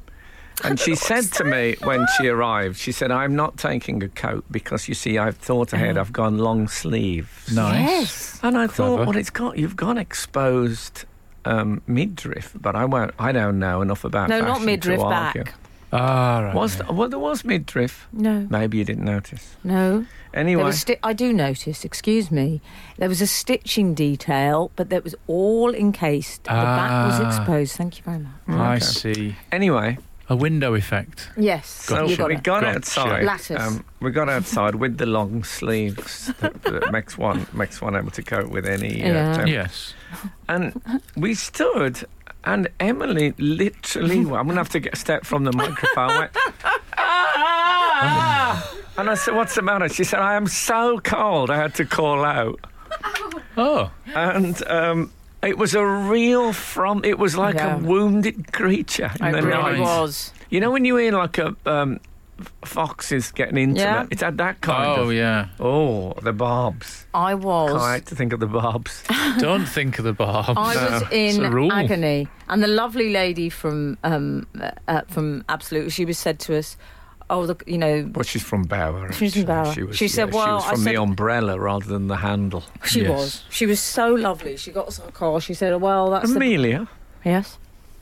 [SPEAKER 1] and she said to me when she arrived, she said, "I'm not taking a coat because you see, I've thought ahead. I've gone long sleeves."
[SPEAKER 4] Yes.
[SPEAKER 1] And I
[SPEAKER 5] Clever.
[SPEAKER 1] thought, well, it's got you've gone exposed um, midriff, but I won't. I don't know enough about.
[SPEAKER 4] No, not
[SPEAKER 1] fashion to
[SPEAKER 4] midriff
[SPEAKER 1] argue.
[SPEAKER 4] back.
[SPEAKER 5] Ah, right.
[SPEAKER 1] Was th- well, there was midriff?
[SPEAKER 4] No.
[SPEAKER 1] Maybe you didn't notice.
[SPEAKER 4] No. There
[SPEAKER 1] Anyway,
[SPEAKER 4] was sti- I do notice, excuse me, there was a stitching detail, but that was all encased. The back was
[SPEAKER 5] Ah.
[SPEAKER 4] exposed. Thank you very much.
[SPEAKER 5] I see.
[SPEAKER 1] anyway.
[SPEAKER 5] A window effect.
[SPEAKER 4] Yes.
[SPEAKER 1] So
[SPEAKER 4] you got
[SPEAKER 1] we
[SPEAKER 4] it.
[SPEAKER 1] got
[SPEAKER 5] Gotcha.
[SPEAKER 1] outside.
[SPEAKER 4] Lattice.
[SPEAKER 1] we got outside with the long sleeves that, that makes one makes one able to cope with any. Uh,
[SPEAKER 4] Yeah.
[SPEAKER 1] temp-
[SPEAKER 5] Yes.
[SPEAKER 1] And we stood, and Emily literally. I'm gonna have to get a step from the microphone. went, "Ah!" And I said, "What's the matter?" She said, "I am so cold. I had to call out."
[SPEAKER 5] Oh,
[SPEAKER 1] And um, it was a real from. It was like
[SPEAKER 4] Yeah.
[SPEAKER 1] a wounded creature in
[SPEAKER 4] It
[SPEAKER 1] the
[SPEAKER 4] really
[SPEAKER 1] night.
[SPEAKER 4] was.
[SPEAKER 1] You know when you hear like a um, f- fox is getting into
[SPEAKER 4] Yeah.
[SPEAKER 1] that? It's had that kind
[SPEAKER 5] oh
[SPEAKER 1] of.
[SPEAKER 5] yeah.
[SPEAKER 1] Oh, the barbs.
[SPEAKER 4] I was.
[SPEAKER 1] I like to think of the barbs.
[SPEAKER 5] Don't think of the barbs.
[SPEAKER 4] I was
[SPEAKER 5] It's
[SPEAKER 4] in
[SPEAKER 5] a rule.
[SPEAKER 4] agony, and the lovely lady from um, uh, uh, from Absolute, she was said to us, "Oh, look, you know,
[SPEAKER 1] Well, she's from Bauer.
[SPEAKER 4] She's from
[SPEAKER 1] actually.
[SPEAKER 4] Bauer.
[SPEAKER 1] She, was,
[SPEAKER 4] She said,
[SPEAKER 1] yeah, she
[SPEAKER 4] well,
[SPEAKER 1] was
[SPEAKER 4] I
[SPEAKER 1] from the
[SPEAKER 4] said-
[SPEAKER 1] umbrella rather than the handle.
[SPEAKER 4] she
[SPEAKER 5] Yes.
[SPEAKER 4] was, she was so lovely. She got us our car. She said, well, that's the,
[SPEAKER 1] Amelia.
[SPEAKER 4] yes,'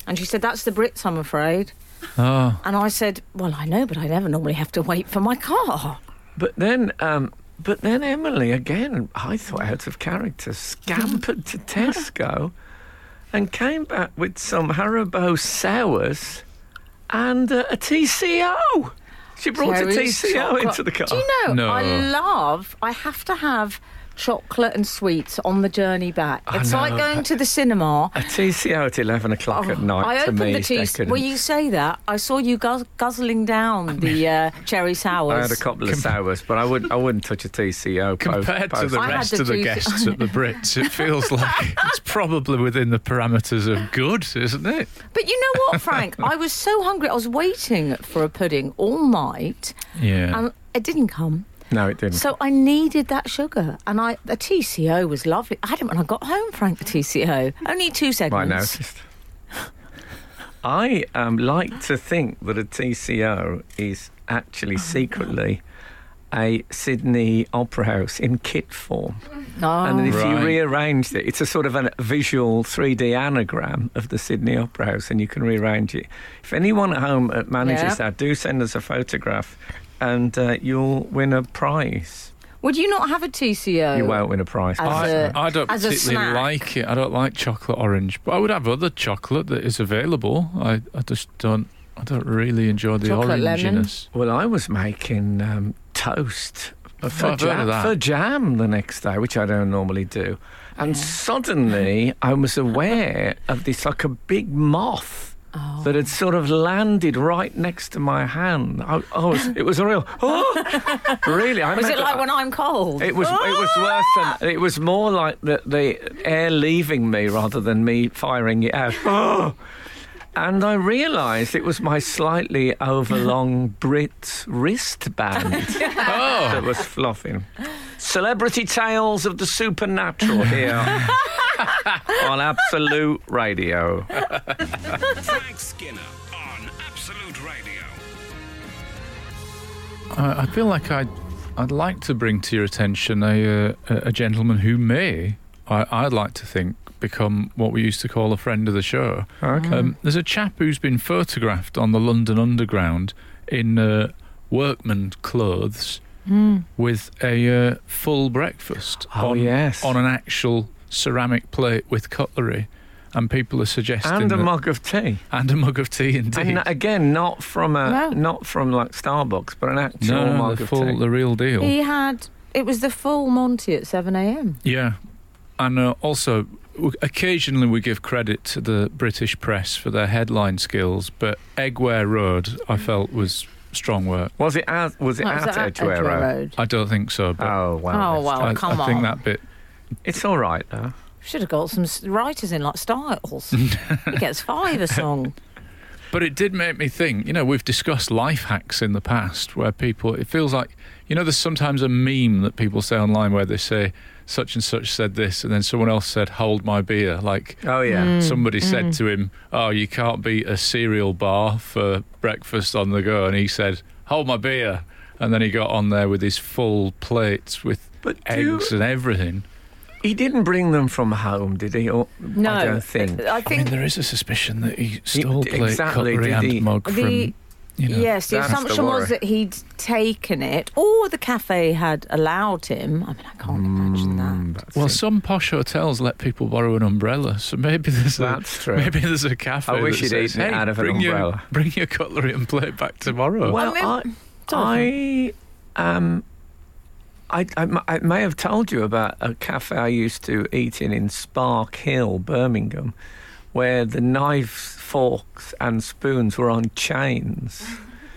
[SPEAKER 4] and she said, that's the Brits, I'm afraid.'
[SPEAKER 5] Oh,
[SPEAKER 4] And I said, well, I know, but I never normally have to wait for my car.
[SPEAKER 1] But then. Um, but then Emily, again, I thought out of character, scampered to Tesco and came back with some Haribo sours and uh, a TCO. She brought
[SPEAKER 4] Cherry
[SPEAKER 1] a TCO
[SPEAKER 4] chocolate.
[SPEAKER 1] into the car.
[SPEAKER 4] Do you know?
[SPEAKER 5] No.
[SPEAKER 4] I love. I have to have chocolate and sweets on the journey back.
[SPEAKER 1] I
[SPEAKER 4] It's like
[SPEAKER 1] know,
[SPEAKER 4] going
[SPEAKER 1] but-
[SPEAKER 4] to the cinema.
[SPEAKER 1] A TCO at 11 o'clock at night
[SPEAKER 4] Oh, I
[SPEAKER 1] to
[SPEAKER 4] opened
[SPEAKER 1] me
[SPEAKER 4] the
[SPEAKER 1] is
[SPEAKER 4] tea.
[SPEAKER 1] decadence.
[SPEAKER 4] Well, you say that. I saw you guz- guzzling down the uh, cherry sours.
[SPEAKER 1] I had a couple of sours, but I wouldn't. I wouldn't touch a TCO. post-
[SPEAKER 5] compared to
[SPEAKER 1] post-
[SPEAKER 5] the
[SPEAKER 4] I had
[SPEAKER 5] rest
[SPEAKER 4] the
[SPEAKER 5] of the
[SPEAKER 4] juice-
[SPEAKER 5] guests at the Brits, it feels like it's probably within the parameters of good, isn't it?
[SPEAKER 4] But you know what, Frank? I was so hungry. I was waiting for a pudding all night,
[SPEAKER 5] Yeah.
[SPEAKER 4] and it didn't come.
[SPEAKER 1] No, it didn't.
[SPEAKER 4] So I needed that sugar, and I the TCO was lovely. I had it when I got home, Frank. The TCO only two
[SPEAKER 1] I
[SPEAKER 4] segments.
[SPEAKER 1] noticed. I
[SPEAKER 4] Oh,
[SPEAKER 1] um, like to think that a TCO is actually secretly a Sydney Opera House in kit form.
[SPEAKER 4] Oh.
[SPEAKER 1] And if
[SPEAKER 5] Right.
[SPEAKER 1] you rearranged it, it's a sort of a visual 3D anagram of the Sydney Opera House, and you can rearrange it. If anyone at home uh, manages
[SPEAKER 4] Yeah.
[SPEAKER 1] that, do send us a photograph, and uh, you'll win a prize.
[SPEAKER 4] Would you not have a TCO?
[SPEAKER 1] You won't win a prize.
[SPEAKER 4] As
[SPEAKER 1] but-
[SPEAKER 5] I
[SPEAKER 4] a-
[SPEAKER 5] I don't
[SPEAKER 4] as a
[SPEAKER 5] particularly
[SPEAKER 4] snack.
[SPEAKER 5] like it. I don't like chocolate orange, but I would have other chocolate that is available. I, I just don't. I don't really enjoy the
[SPEAKER 4] Chocolate lemon.
[SPEAKER 5] oranginess.
[SPEAKER 1] well, I was making um, toast for
[SPEAKER 5] I've heard of
[SPEAKER 1] jam,
[SPEAKER 5] that.
[SPEAKER 1] for jam the next day, which I don't normally do. And suddenly I was aware of this like a big moth. That
[SPEAKER 5] Oh.
[SPEAKER 1] had sort of landed right next to my hand. I, I was, it was a real. Oh, really? I
[SPEAKER 4] Was
[SPEAKER 1] made
[SPEAKER 4] it
[SPEAKER 1] a-
[SPEAKER 4] like when I'm cold?
[SPEAKER 1] It was. It was worse than. It was more like the, the air leaving me rather than me firing it out. Oh! And I realised it was my slightly overlong Brit wristband that was fluffing. Celebrity tales of the supernatural here on Absolute Radio.
[SPEAKER 2] Frank Skinner on Absolute Radio.
[SPEAKER 5] I, I feel like I'd, I'd like to bring to your attention a, uh, a a gentleman who may, I, I'd like to think, become what we used to call a friend of the show.
[SPEAKER 1] Okay.
[SPEAKER 5] Um, there's a chap who's been photographed on the London Underground in uh, workman clothes with a uh, full breakfast
[SPEAKER 1] Hmm. Oh,
[SPEAKER 5] on,
[SPEAKER 1] yes.
[SPEAKER 5] on an actual ceramic plate with cutlery. And people are suggesting
[SPEAKER 1] and a
[SPEAKER 5] that-
[SPEAKER 1] mug of tea.
[SPEAKER 5] and a mug of tea indeed.
[SPEAKER 1] And again, not from a
[SPEAKER 4] No.
[SPEAKER 1] not from like Starbucks, but an actual
[SPEAKER 5] no, no,
[SPEAKER 1] mug
[SPEAKER 5] the
[SPEAKER 1] of
[SPEAKER 5] full,
[SPEAKER 1] tea.
[SPEAKER 5] the real deal.
[SPEAKER 4] He had. It was the full Monty at 7 a.m.
[SPEAKER 5] Yeah, and uh, also w- occasionally we give credit to the British press for their headline skills, but Egware Road, I felt was strong work.
[SPEAKER 1] Was it at was it
[SPEAKER 4] What was
[SPEAKER 1] at
[SPEAKER 4] that at?
[SPEAKER 1] Edgware
[SPEAKER 4] Edgware
[SPEAKER 1] Road?
[SPEAKER 4] Road.
[SPEAKER 5] I don't think so, but
[SPEAKER 1] Oh wow.
[SPEAKER 4] oh, wow,
[SPEAKER 5] I,
[SPEAKER 4] come
[SPEAKER 5] I
[SPEAKER 4] on.
[SPEAKER 5] think that bit.
[SPEAKER 1] It's all right though.
[SPEAKER 4] Should have got some s- writers in like Styles. he gets five a song.
[SPEAKER 5] But it did make me think. You know, we've discussed life hacks in the past where people. It feels like you know, there's sometimes a meme that people say online where they say such and such said this, and then someone else said, "Hold my beer," like.
[SPEAKER 1] Oh yeah.
[SPEAKER 4] Mm.
[SPEAKER 5] Somebody said to him, "Oh, you can't beat a cereal bar for breakfast on the go," and he said, "Hold my beer." And then he got on there with his full plates with
[SPEAKER 1] But do you-
[SPEAKER 5] eggs and everything.
[SPEAKER 1] He didn't bring them from home, did he? Or,
[SPEAKER 4] No,
[SPEAKER 1] I don't think.
[SPEAKER 4] I
[SPEAKER 5] I mean,
[SPEAKER 4] think
[SPEAKER 5] there is a suspicion that he stole
[SPEAKER 1] d-
[SPEAKER 5] plate
[SPEAKER 1] exactly,
[SPEAKER 5] cutlery
[SPEAKER 1] did
[SPEAKER 5] and
[SPEAKER 1] he?
[SPEAKER 5] mug from.
[SPEAKER 4] the
[SPEAKER 5] you know.
[SPEAKER 4] yes, the
[SPEAKER 1] That's the
[SPEAKER 4] assumption
[SPEAKER 1] worry.
[SPEAKER 4] was that he'd taken it, or the cafe had allowed him. I mean, I can't imagine that.
[SPEAKER 1] That's
[SPEAKER 5] Well,
[SPEAKER 1] it.
[SPEAKER 5] some posh hotels let people borrow an umbrella, so maybe there's
[SPEAKER 1] That's
[SPEAKER 5] a
[SPEAKER 1] true.
[SPEAKER 5] maybe there's a cafe.
[SPEAKER 1] I wish
[SPEAKER 5] that
[SPEAKER 1] he'd
[SPEAKER 5] says,
[SPEAKER 1] eaten it
[SPEAKER 5] "Hey,
[SPEAKER 1] out of an
[SPEAKER 5] bring Your,
[SPEAKER 1] umbrella."
[SPEAKER 5] bring your cutlery and plate back tomorrow.
[SPEAKER 1] Well,
[SPEAKER 4] I
[SPEAKER 1] I,
[SPEAKER 4] mean,
[SPEAKER 1] I, um, I, I m- I may have told you about a cafe I used to eat in in Spark Hill, Birmingham, where the knives, forks, and spoons were on chains.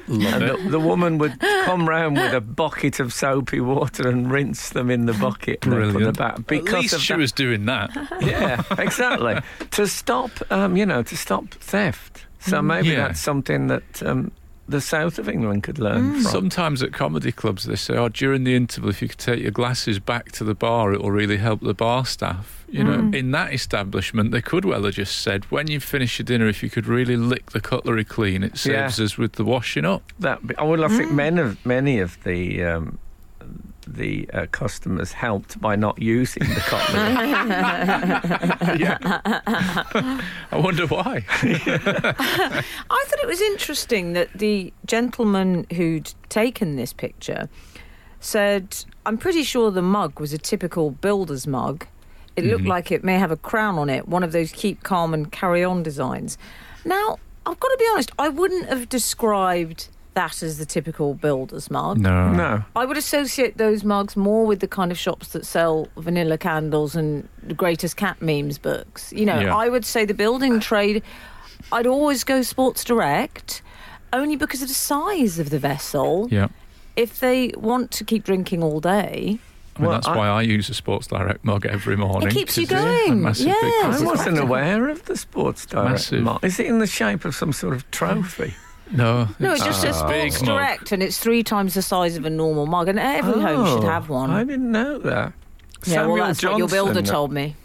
[SPEAKER 5] Love
[SPEAKER 1] And
[SPEAKER 5] it.
[SPEAKER 1] the, the woman would come round with a bucket of soapy water and rinse them in the bucket and then put them
[SPEAKER 5] Brilliant.
[SPEAKER 1] back. Because
[SPEAKER 5] At least
[SPEAKER 1] of
[SPEAKER 5] she
[SPEAKER 1] that-
[SPEAKER 5] was doing that.
[SPEAKER 1] yeah, exactly. to stop, um, you know, to stop theft. So maybe
[SPEAKER 5] Yeah.
[SPEAKER 1] that's something that um, the south of England could learn
[SPEAKER 5] Mm.
[SPEAKER 1] from.
[SPEAKER 5] Sometimes at comedy clubs, they say, "Oh, during the interval, if you could take your glasses back to the bar, it will really help the bar staff." You know, in that establishment, they could well have just said, "When you finish your dinner, if you could really lick the cutlery clean, it
[SPEAKER 1] Yeah.
[SPEAKER 5] saves us with the washing up."
[SPEAKER 1] that be- well, I think many of many of the. Um, the uh, customers helped by not using the cotton.
[SPEAKER 5] I wonder why.
[SPEAKER 4] I thought it was interesting that the gentleman who'd taken this picture said, I'm pretty sure the mug was a typical builder's mug. It looked like it may have a crown on it, one of those keep calm and carry on designs. Now, I've got to be honest, I wouldn't have described that as the typical builder's mug.
[SPEAKER 5] No,
[SPEAKER 1] no,
[SPEAKER 4] I would associate those mugs more with the kind of shops that sell vanilla candles and the greatest cat memes books. You know,
[SPEAKER 5] Yeah.
[SPEAKER 4] I would say the building trade, I'd always go Sports Direct only because of the size of the vessel.
[SPEAKER 5] Yeah.
[SPEAKER 4] If they want to keep drinking all day,
[SPEAKER 5] I mean,
[SPEAKER 1] Well,
[SPEAKER 5] that's
[SPEAKER 1] I-
[SPEAKER 5] why I use a Sports Direct mug every morning.
[SPEAKER 4] keeps you
[SPEAKER 5] 'cause it's a
[SPEAKER 4] going.
[SPEAKER 5] massive
[SPEAKER 4] Yes.
[SPEAKER 5] big
[SPEAKER 1] I
[SPEAKER 5] cup.
[SPEAKER 4] This is
[SPEAKER 1] wasn't
[SPEAKER 4] practical.
[SPEAKER 1] aware of the Sports Direct
[SPEAKER 5] Massive.
[SPEAKER 1] mark. Is it in the shape of some sort of trophy?
[SPEAKER 5] No,
[SPEAKER 4] no, it's just
[SPEAKER 5] a
[SPEAKER 4] a
[SPEAKER 5] big
[SPEAKER 4] Sports
[SPEAKER 5] mug.
[SPEAKER 4] Direct and it's three times the size of a normal mug, and every home should
[SPEAKER 1] Oh,
[SPEAKER 4] have one.
[SPEAKER 1] I didn't know that.
[SPEAKER 4] yeah,
[SPEAKER 1] Samuel
[SPEAKER 4] well, that's
[SPEAKER 1] Johnson,
[SPEAKER 4] what your builder told me.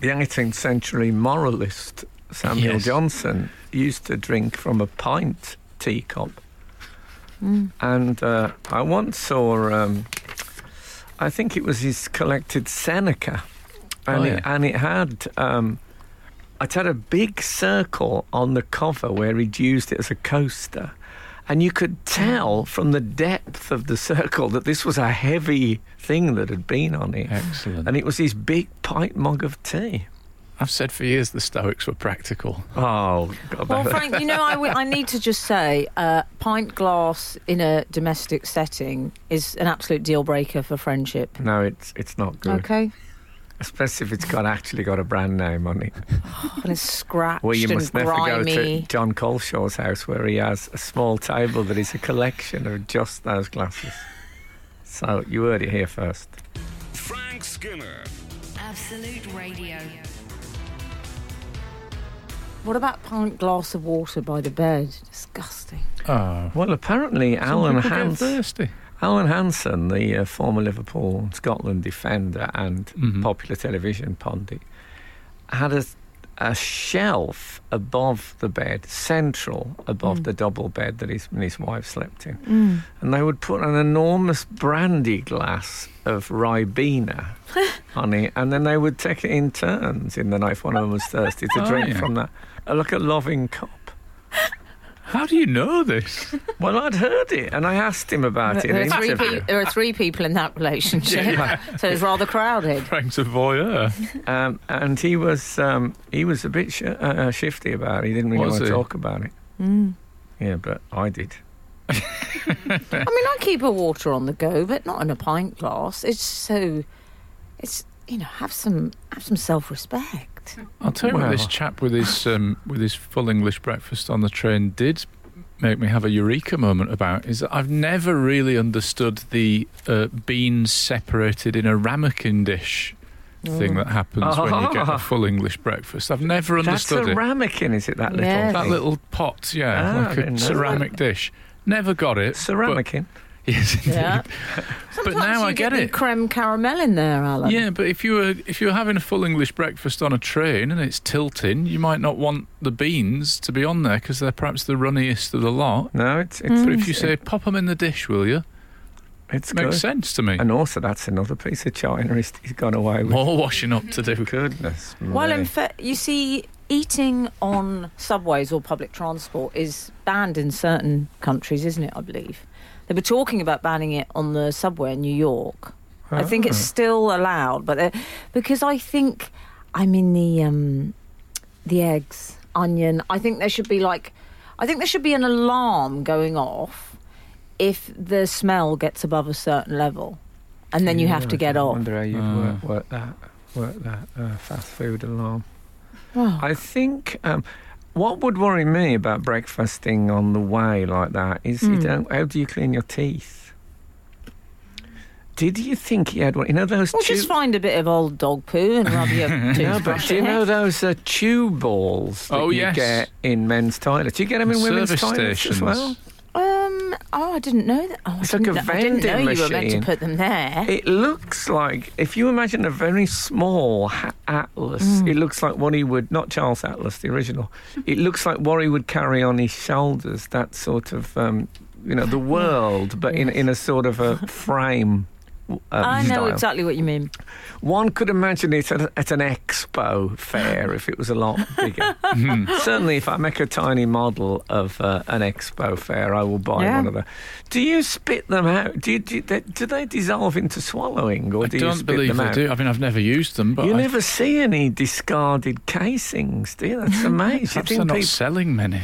[SPEAKER 1] the 18th century moralist Samuel
[SPEAKER 5] Yes.
[SPEAKER 1] Johnson used to drink from a pint teacup. And uh, I once saw, um, I think it was his collected Seneca, and,
[SPEAKER 5] Oh,
[SPEAKER 1] it,
[SPEAKER 5] yeah.
[SPEAKER 1] and it had. Um, it had a big circle on the cover where he'd used it as a coaster. And you could tell from the depth of the circle that this was a heavy thing that had been on it.
[SPEAKER 5] Excellent.
[SPEAKER 1] And it was his big pint mug of tea.
[SPEAKER 5] I've said for years the Stoics were practical.
[SPEAKER 1] Oh, God.
[SPEAKER 4] Well, Frank, you know, I, w- I need to just say, uh, pint glass in a domestic setting is an absolute deal breaker for friendship.
[SPEAKER 1] no, it's it's not good.
[SPEAKER 4] Okay,
[SPEAKER 1] Especially if it's got actually got a brand name on it.
[SPEAKER 4] and it's scratched
[SPEAKER 1] Well, you
[SPEAKER 4] and
[SPEAKER 1] must never go
[SPEAKER 4] grimy.
[SPEAKER 1] to John Colshaw's house where he has a small table that is a collection of just those glasses. So you heard it here first.
[SPEAKER 2] Frank Skinner.
[SPEAKER 3] Absolute Radio.
[SPEAKER 4] What about pint glass of water by the bed? Disgusting.
[SPEAKER 5] Oh.
[SPEAKER 1] Well, apparently Alan
[SPEAKER 5] people get
[SPEAKER 1] Hans-
[SPEAKER 5] thirsty.
[SPEAKER 1] Alan Hansen, the uh, former Liverpool and Scotland defender and
[SPEAKER 5] Mm-hmm.
[SPEAKER 1] popular television pundit, had a, a shelf above the bed, central
[SPEAKER 5] Mm.
[SPEAKER 1] above the double bed that his, his wife slept in. And they would put an enormous brandy glass of Ribena on it, and then they would take it in turns in the night if one of them was thirsty to
[SPEAKER 5] Oh,
[SPEAKER 1] drink
[SPEAKER 5] yeah.
[SPEAKER 1] from that. Uh, Like a loving cup.
[SPEAKER 5] How do you know this?
[SPEAKER 1] Well, I'd heard it, and I asked him about it.
[SPEAKER 4] There
[SPEAKER 1] in
[SPEAKER 4] are,
[SPEAKER 1] Ah, an
[SPEAKER 4] three
[SPEAKER 1] interview.
[SPEAKER 4] pe- there are three people in that relationship, so it's rather crowded.
[SPEAKER 5] Frank's a voyeur.
[SPEAKER 1] Um, and he was um, he was a bit sh- uh, uh, shifty about it. He didn't really
[SPEAKER 5] Was
[SPEAKER 1] want to
[SPEAKER 5] he?
[SPEAKER 1] talk about it. Yeah, but I did.
[SPEAKER 4] I mean, I keep a water on the go, but not in a pint glass. It's so, it's you know, have some have some self respect.
[SPEAKER 5] I'll tell you
[SPEAKER 1] Well.
[SPEAKER 5] what, this chap with his um, with his full English breakfast on the train did make me have a eureka moment about is that I've never really understood the uh, beans separated in a ramekin dish thing that happens when you get
[SPEAKER 1] Ah.
[SPEAKER 5] a full English breakfast. I've never
[SPEAKER 1] That's
[SPEAKER 5] understood
[SPEAKER 1] a
[SPEAKER 5] it.
[SPEAKER 1] ramekin, is it? That little
[SPEAKER 4] Yes.
[SPEAKER 5] that
[SPEAKER 1] thing?
[SPEAKER 5] little pot, yeah,
[SPEAKER 1] Ah, I
[SPEAKER 5] like
[SPEAKER 1] didn't know
[SPEAKER 5] a ceramic dish. Never got it. but-
[SPEAKER 1] ceramic.
[SPEAKER 5] yes, indeed.
[SPEAKER 4] Yeah.
[SPEAKER 5] But
[SPEAKER 4] Sometimes
[SPEAKER 5] now
[SPEAKER 4] you
[SPEAKER 5] I get
[SPEAKER 4] the
[SPEAKER 5] it.
[SPEAKER 4] Creme caramel in there, Alan.
[SPEAKER 5] Yeah, but if you were if you were having a full English breakfast on a train and it's tilting, you might not want the beans to be on there because they're perhaps the runniest of the lot.
[SPEAKER 1] No, it's it's
[SPEAKER 4] Mm.
[SPEAKER 5] But if you say pop them in the dish, will you?
[SPEAKER 1] it's
[SPEAKER 5] Makes
[SPEAKER 1] good.
[SPEAKER 5] sense to me.
[SPEAKER 1] And also, that's another piece of china he's, he's gone away with.
[SPEAKER 5] More washing up to do.
[SPEAKER 1] Goodness.
[SPEAKER 4] Well,
[SPEAKER 1] me.
[SPEAKER 4] in fact, you see, eating on subways or public transport is banned in certain countries, isn't it? I believe they were talking about banning it on the subway in New York. I think
[SPEAKER 5] Oh.
[SPEAKER 4] it's still allowed, but they- because I think I mean the um, the eggs, onion. I think there should be like, I think there should be an alarm going off if the smell gets above a certain level, and then you have to get
[SPEAKER 1] I
[SPEAKER 4] off.
[SPEAKER 1] wonder how you
[SPEAKER 5] Ah.
[SPEAKER 1] work, work that work that uh, fast food alarm.
[SPEAKER 4] Well,
[SPEAKER 1] I think um, what would worry me about breakfasting on the way like that is
[SPEAKER 4] Hmm.
[SPEAKER 1] you don't. How do you clean your teeth? Did you think he had one? You know those.
[SPEAKER 4] Well,
[SPEAKER 1] two-
[SPEAKER 4] just find a bit of old dog poo and rub your
[SPEAKER 1] no, but
[SPEAKER 4] toothbrush
[SPEAKER 1] do you
[SPEAKER 4] in
[SPEAKER 1] know
[SPEAKER 4] it.
[SPEAKER 1] those uh, chew balls that
[SPEAKER 5] Oh,
[SPEAKER 1] you
[SPEAKER 5] yes.
[SPEAKER 1] get in men's toilets? Do you get them in women's
[SPEAKER 5] Service
[SPEAKER 1] toilets
[SPEAKER 5] stations.
[SPEAKER 1] as well?
[SPEAKER 4] Um, oh, I didn't know that. Oh,
[SPEAKER 1] It's
[SPEAKER 4] I
[SPEAKER 1] like
[SPEAKER 4] didn't,
[SPEAKER 1] a
[SPEAKER 4] kn- I didn't know
[SPEAKER 1] vending
[SPEAKER 4] you were meant to
[SPEAKER 1] machine.
[SPEAKER 4] put them there.
[SPEAKER 1] It looks like if you imagine a very small ha- atlas,
[SPEAKER 5] Mm.
[SPEAKER 1] it looks like what he would not Charles Atlas, the original. it looks like what he would carry on his shoulders. That sort of um, you know the world, but in in a sort of a frame. w- Um,
[SPEAKER 4] I know
[SPEAKER 1] style.
[SPEAKER 4] exactly what you mean.
[SPEAKER 1] One could imagine it at, at an expo fair if it was a lot bigger.
[SPEAKER 5] Hmm.
[SPEAKER 1] Certainly, if I make a tiny model of uh, an expo fair, I will buy
[SPEAKER 4] Yeah.
[SPEAKER 1] one of them. Do you spit them out? Do, you, do, they, do they dissolve into swallowing, or
[SPEAKER 5] I
[SPEAKER 1] do you
[SPEAKER 5] don't
[SPEAKER 1] spit
[SPEAKER 5] believe
[SPEAKER 1] them
[SPEAKER 5] they
[SPEAKER 1] out?
[SPEAKER 5] do. I mean, I've never used them, but
[SPEAKER 1] You
[SPEAKER 5] I,
[SPEAKER 1] never see any discarded casings, do you? That's amazing.
[SPEAKER 5] perhaps they're not selling many.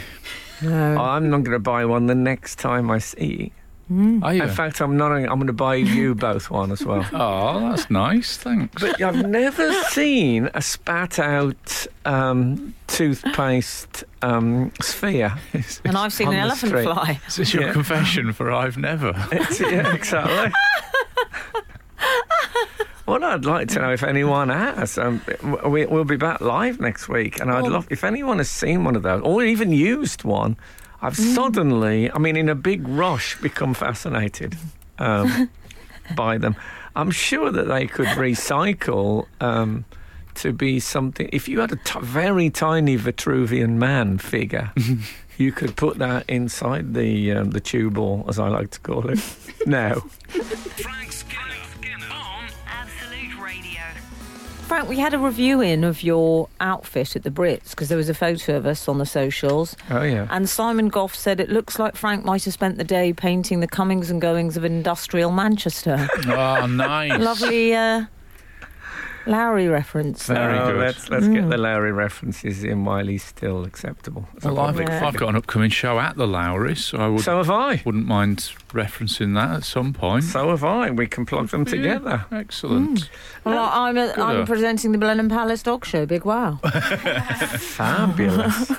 [SPEAKER 1] Oh, I'm not going to buy one the next time I see.
[SPEAKER 5] Are you?
[SPEAKER 1] In fact, I'm not. I'm going to buy you both one as well.
[SPEAKER 5] Oh, that's nice. Thanks.
[SPEAKER 1] But I've never seen a spat out um, toothpaste um, sphere.
[SPEAKER 4] And I've seen
[SPEAKER 1] on
[SPEAKER 4] an
[SPEAKER 1] the
[SPEAKER 4] elephant
[SPEAKER 1] street.
[SPEAKER 4] fly.
[SPEAKER 5] Is this your
[SPEAKER 1] Yeah.
[SPEAKER 5] confession for I've never?
[SPEAKER 1] It's- yeah, exactly. Well, I'd like to know if anyone has. Um, w- we, we'll be back live next week, and I'd love if anyone has seen one of those or even used one. I've suddenly, I mean, in a big rush, become fascinated um, by them. I'm sure that they could recycle. Um, to be something. If you had a t- very tiny Vitruvian man figure, you could put that inside the um, the cue ball, as I like to call it. now,
[SPEAKER 2] Frank Skinner, on
[SPEAKER 3] Absolute Radio.
[SPEAKER 4] Frank, we had a review in of your outfit at the Brits because there was a photo of us on the socials.
[SPEAKER 1] oh yeah,
[SPEAKER 4] And Simon Goff said it looks like Frank might have spent the day painting the comings and goings of industrial Manchester.
[SPEAKER 5] Oh, nice.
[SPEAKER 4] Lovely uh, Lowry reference.
[SPEAKER 5] Very
[SPEAKER 1] Oh,
[SPEAKER 5] good.
[SPEAKER 1] Let's let's get the Lowry references in while he's still acceptable. Is that
[SPEAKER 5] Well, I've,
[SPEAKER 1] what
[SPEAKER 4] Yeah.
[SPEAKER 5] I've got an upcoming show at the Lowry, so I
[SPEAKER 1] we-
[SPEAKER 5] would,
[SPEAKER 1] so have I.
[SPEAKER 5] wouldn't mind referencing that at some point.
[SPEAKER 1] So have I. We can plug
[SPEAKER 4] Mm.
[SPEAKER 1] them together.
[SPEAKER 5] Excellent.
[SPEAKER 4] Well, I- I'm, a, I'm
[SPEAKER 5] Good.
[SPEAKER 4] presenting the Blenheim Palace Dog Show. Big wow.
[SPEAKER 1] Fabulous.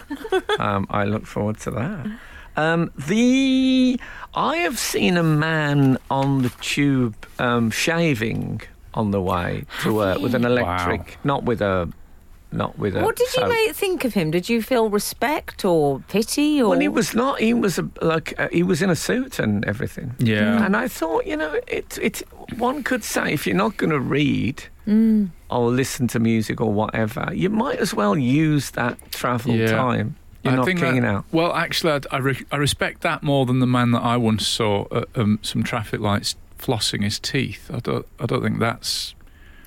[SPEAKER 1] um, I look forward to that. Um, the I have seen a man on the tube um, shaving on the way to work with an electric, not with a, not with a.
[SPEAKER 4] what did you
[SPEAKER 1] soap.
[SPEAKER 4] make, think of him? Did you feel respect or pity? Or
[SPEAKER 1] Well, he was not. He was a, like uh, he was in a suit and everything.
[SPEAKER 5] Yeah.
[SPEAKER 1] And I thought, you know, it, it, one could say if you're not going to read
[SPEAKER 5] Mm.
[SPEAKER 1] or listen to music or whatever, you might as well use that travel
[SPEAKER 5] Yeah.
[SPEAKER 1] time. You're
[SPEAKER 5] I
[SPEAKER 1] not
[SPEAKER 5] think
[SPEAKER 1] getting
[SPEAKER 5] that-
[SPEAKER 1] out.
[SPEAKER 5] Well, actually, I'd- I, re- I respect that more than the man that I once saw at um, some traffic lights flossing his teeth. I don't, I don't think that's.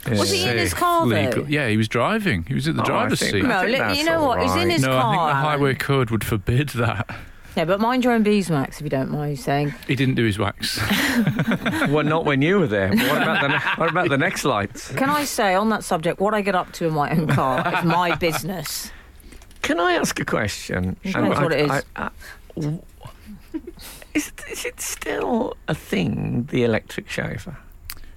[SPEAKER 4] Was he in his car, though?
[SPEAKER 5] legal. Yeah, he was driving. He was at the
[SPEAKER 1] Oh, I
[SPEAKER 5] driver's
[SPEAKER 1] think
[SPEAKER 5] seat.
[SPEAKER 1] that-
[SPEAKER 4] no,
[SPEAKER 1] think
[SPEAKER 4] look,
[SPEAKER 1] that's
[SPEAKER 4] you know
[SPEAKER 1] all
[SPEAKER 4] what? He's in
[SPEAKER 1] right.
[SPEAKER 4] his
[SPEAKER 5] no,
[SPEAKER 4] car.
[SPEAKER 5] I think the
[SPEAKER 4] Alan.
[SPEAKER 5] highway code would forbid that.
[SPEAKER 4] Yeah, but mind your own beeswax if you don't mind saying.
[SPEAKER 5] He didn't do his wax.
[SPEAKER 1] well, not when you were there. But what about the ne- what about the next lights?
[SPEAKER 4] Can I say on that subject, what I get up to in my own car is my business.
[SPEAKER 1] Can I ask a question?
[SPEAKER 4] Depends
[SPEAKER 1] And I-
[SPEAKER 4] what it is.
[SPEAKER 1] I- I- w- is, is it still a thing, the electric shaver?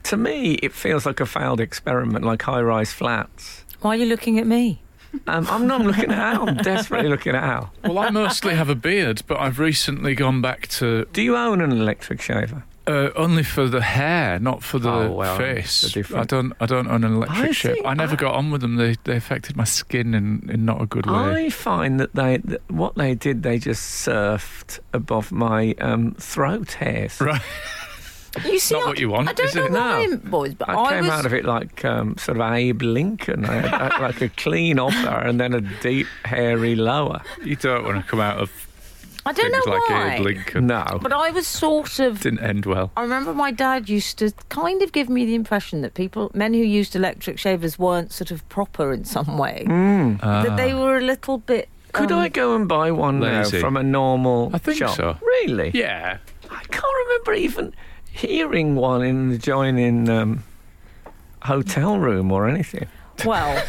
[SPEAKER 1] To me, it feels like a failed experiment, like high-rise flats.
[SPEAKER 4] Why are you looking at me?
[SPEAKER 1] Um, I'm not looking at Al. I'm desperately looking at Al.
[SPEAKER 5] well, I mostly have a beard, but I've recently gone back to
[SPEAKER 1] Do you own an electric shaver?
[SPEAKER 5] Uh, only for the hair, not for the
[SPEAKER 1] Oh, well, they're
[SPEAKER 5] face.
[SPEAKER 1] different.
[SPEAKER 5] I don't. I don't own an
[SPEAKER 1] I
[SPEAKER 5] electric ship.
[SPEAKER 1] think
[SPEAKER 5] I never
[SPEAKER 1] I-
[SPEAKER 5] got on with them. They they affected my skin in, in not a good way.
[SPEAKER 1] I find that they that what they did, they just surfed above my um, throat hairs.
[SPEAKER 5] Right.
[SPEAKER 4] You see,
[SPEAKER 5] Not
[SPEAKER 4] I-
[SPEAKER 5] what you want,
[SPEAKER 4] I don't
[SPEAKER 5] is
[SPEAKER 4] know
[SPEAKER 5] it?
[SPEAKER 4] why,
[SPEAKER 1] No.
[SPEAKER 4] boys, but
[SPEAKER 1] I,
[SPEAKER 4] I,
[SPEAKER 1] came
[SPEAKER 4] was
[SPEAKER 1] out of it like um, sort of Abe Lincoln. I had I had like a clean upper and then a deep hairy lower.
[SPEAKER 5] You don't want to come out of
[SPEAKER 4] I don't
[SPEAKER 5] things
[SPEAKER 4] know
[SPEAKER 5] like
[SPEAKER 4] why.
[SPEAKER 5] Abe Lincoln.
[SPEAKER 1] No,
[SPEAKER 4] But I was sort of.
[SPEAKER 5] Didn't end well.
[SPEAKER 4] I remember my dad used to kind of give me the impression that people, men who used electric shavers, weren't sort of proper in some way. That they were a little bit.
[SPEAKER 1] Mm. Ah. could
[SPEAKER 4] um,
[SPEAKER 1] I go and buy one
[SPEAKER 5] Lazy.
[SPEAKER 1] now from a normal
[SPEAKER 5] I think
[SPEAKER 1] shop?
[SPEAKER 5] so.
[SPEAKER 1] Really?
[SPEAKER 5] Yeah.
[SPEAKER 1] I can't remember even hearing one in the joining um, hotel room or anything.
[SPEAKER 4] Well,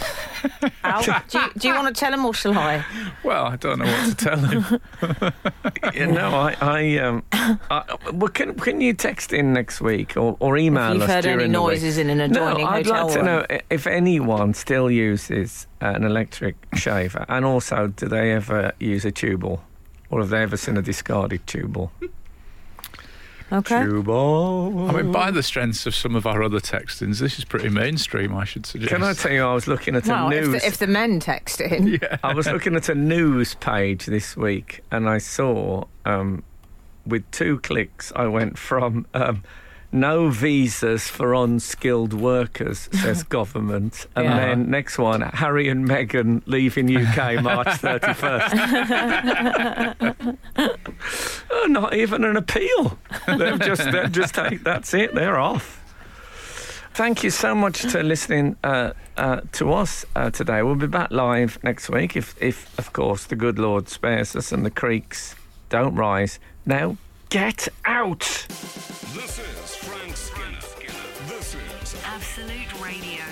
[SPEAKER 4] Al, do you, do you want to tell him or shall I?
[SPEAKER 5] Well, I don't know what to tell him.
[SPEAKER 1] Yeah, no, I, I, um, I well, can, can you text in next week or, or email
[SPEAKER 4] If you've
[SPEAKER 1] us
[SPEAKER 4] heard
[SPEAKER 1] during
[SPEAKER 4] any
[SPEAKER 1] the week?
[SPEAKER 4] noises in an
[SPEAKER 1] No,
[SPEAKER 4] adjoining
[SPEAKER 1] I'd
[SPEAKER 4] hotel
[SPEAKER 1] like to
[SPEAKER 4] room.
[SPEAKER 1] know i- if anyone still uses uh, an electric shaver, and also do they ever use a tubal, or have they ever seen a discarded tubal?
[SPEAKER 4] Okay.
[SPEAKER 1] Tubal.
[SPEAKER 5] I mean, by the strengths of some of our other textings, this is pretty mainstream. I should suggest.
[SPEAKER 1] Can I tell you, I was looking at
[SPEAKER 4] Well,
[SPEAKER 1] a
[SPEAKER 4] if
[SPEAKER 1] news.
[SPEAKER 4] the, if the men text in,
[SPEAKER 1] I was looking at a news page this week and I saw, um, with two clicks, I went from um, no visas for unskilled workers, says government. And
[SPEAKER 4] Yeah.
[SPEAKER 1] then next one, Harry and Meghan leaving UK March 31st. Oh, Not even an appeal. They've just, they've just take, that's it, they're off. Thank you so much to listening uh, uh, to us uh, today. We'll be back live next week if, if, of course, the good Lord spares us and the creeks don't rise. Now, get out!
[SPEAKER 2] This is Frank Skinner. This is
[SPEAKER 3] Absolute Radio.